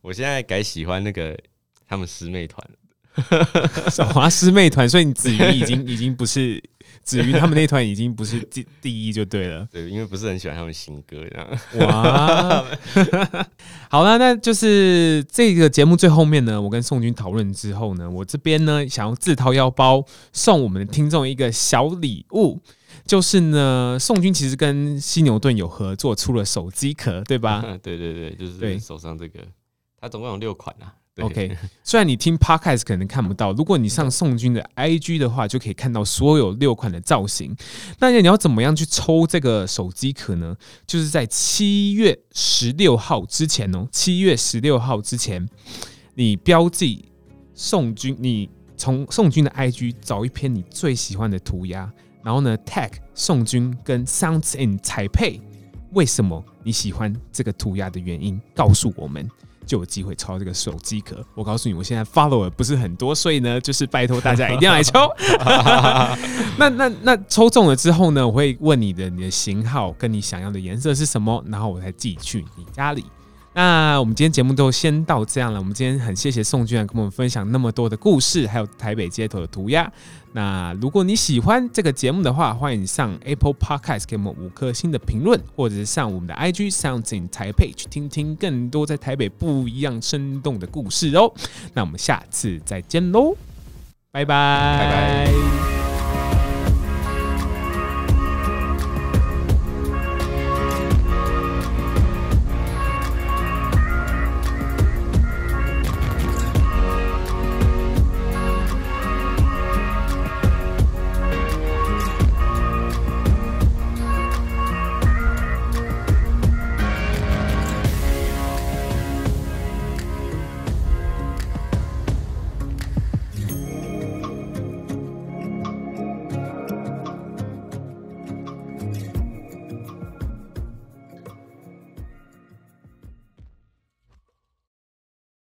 Speaker 2: 我现在改喜欢那个他们师妹团了，
Speaker 1: 小华啊师妹团，所以你子瑜已经已经不是子瑜他们那团已经不是第第一就对了。
Speaker 2: 对，因为不是很喜欢他们新歌这样。
Speaker 1: 哇， 好了，那就是这个节目最后面呢，我跟宋军讨论之后呢，我这边呢想要自掏腰包送我们的听众一个小礼物。就是呢，宋军其实跟犀牛顿有合作，出了手机壳，对吧？
Speaker 2: 对对对，就是
Speaker 1: 对
Speaker 2: 手上这个，它总共有六款啊。对
Speaker 1: OK，虽然你听 Podcast 可能看不到，如果你上宋军的 IG 的话，就可以看到所有六款的造型。那你要怎么样去抽这个手机壳呢？就是在七月十六号之前哦，七月十六号之前，你标记宋军，你从宋军的 IG 找一篇你最喜欢的涂鸦，然后呢 tag 宋军跟 Sounds in 彩配，为什么你喜欢这个涂鸦的原因，告诉我们。就有机会抽到这个手机壳。我告诉你，我现在 follower 不是很多，所以呢，就是拜托大家一定要来抽。那那那抽中了之后呢，我会问你的你的型号跟你想要的颜色是什么，然后我才寄去你家里。那我们今天节目就先到这样了。我们今天很谢谢宋俊然啊跟我们分享那么多的故事，还有台北街头的涂鸦。那如果你喜欢这个节目的话，欢迎上 Apple Podcast 给我们五颗星的评论，或者是上我们的 IG Sounds in 台北去听听更多在台北不一样生动的故事哦。那我们下次再见喽，拜拜，
Speaker 2: 拜拜。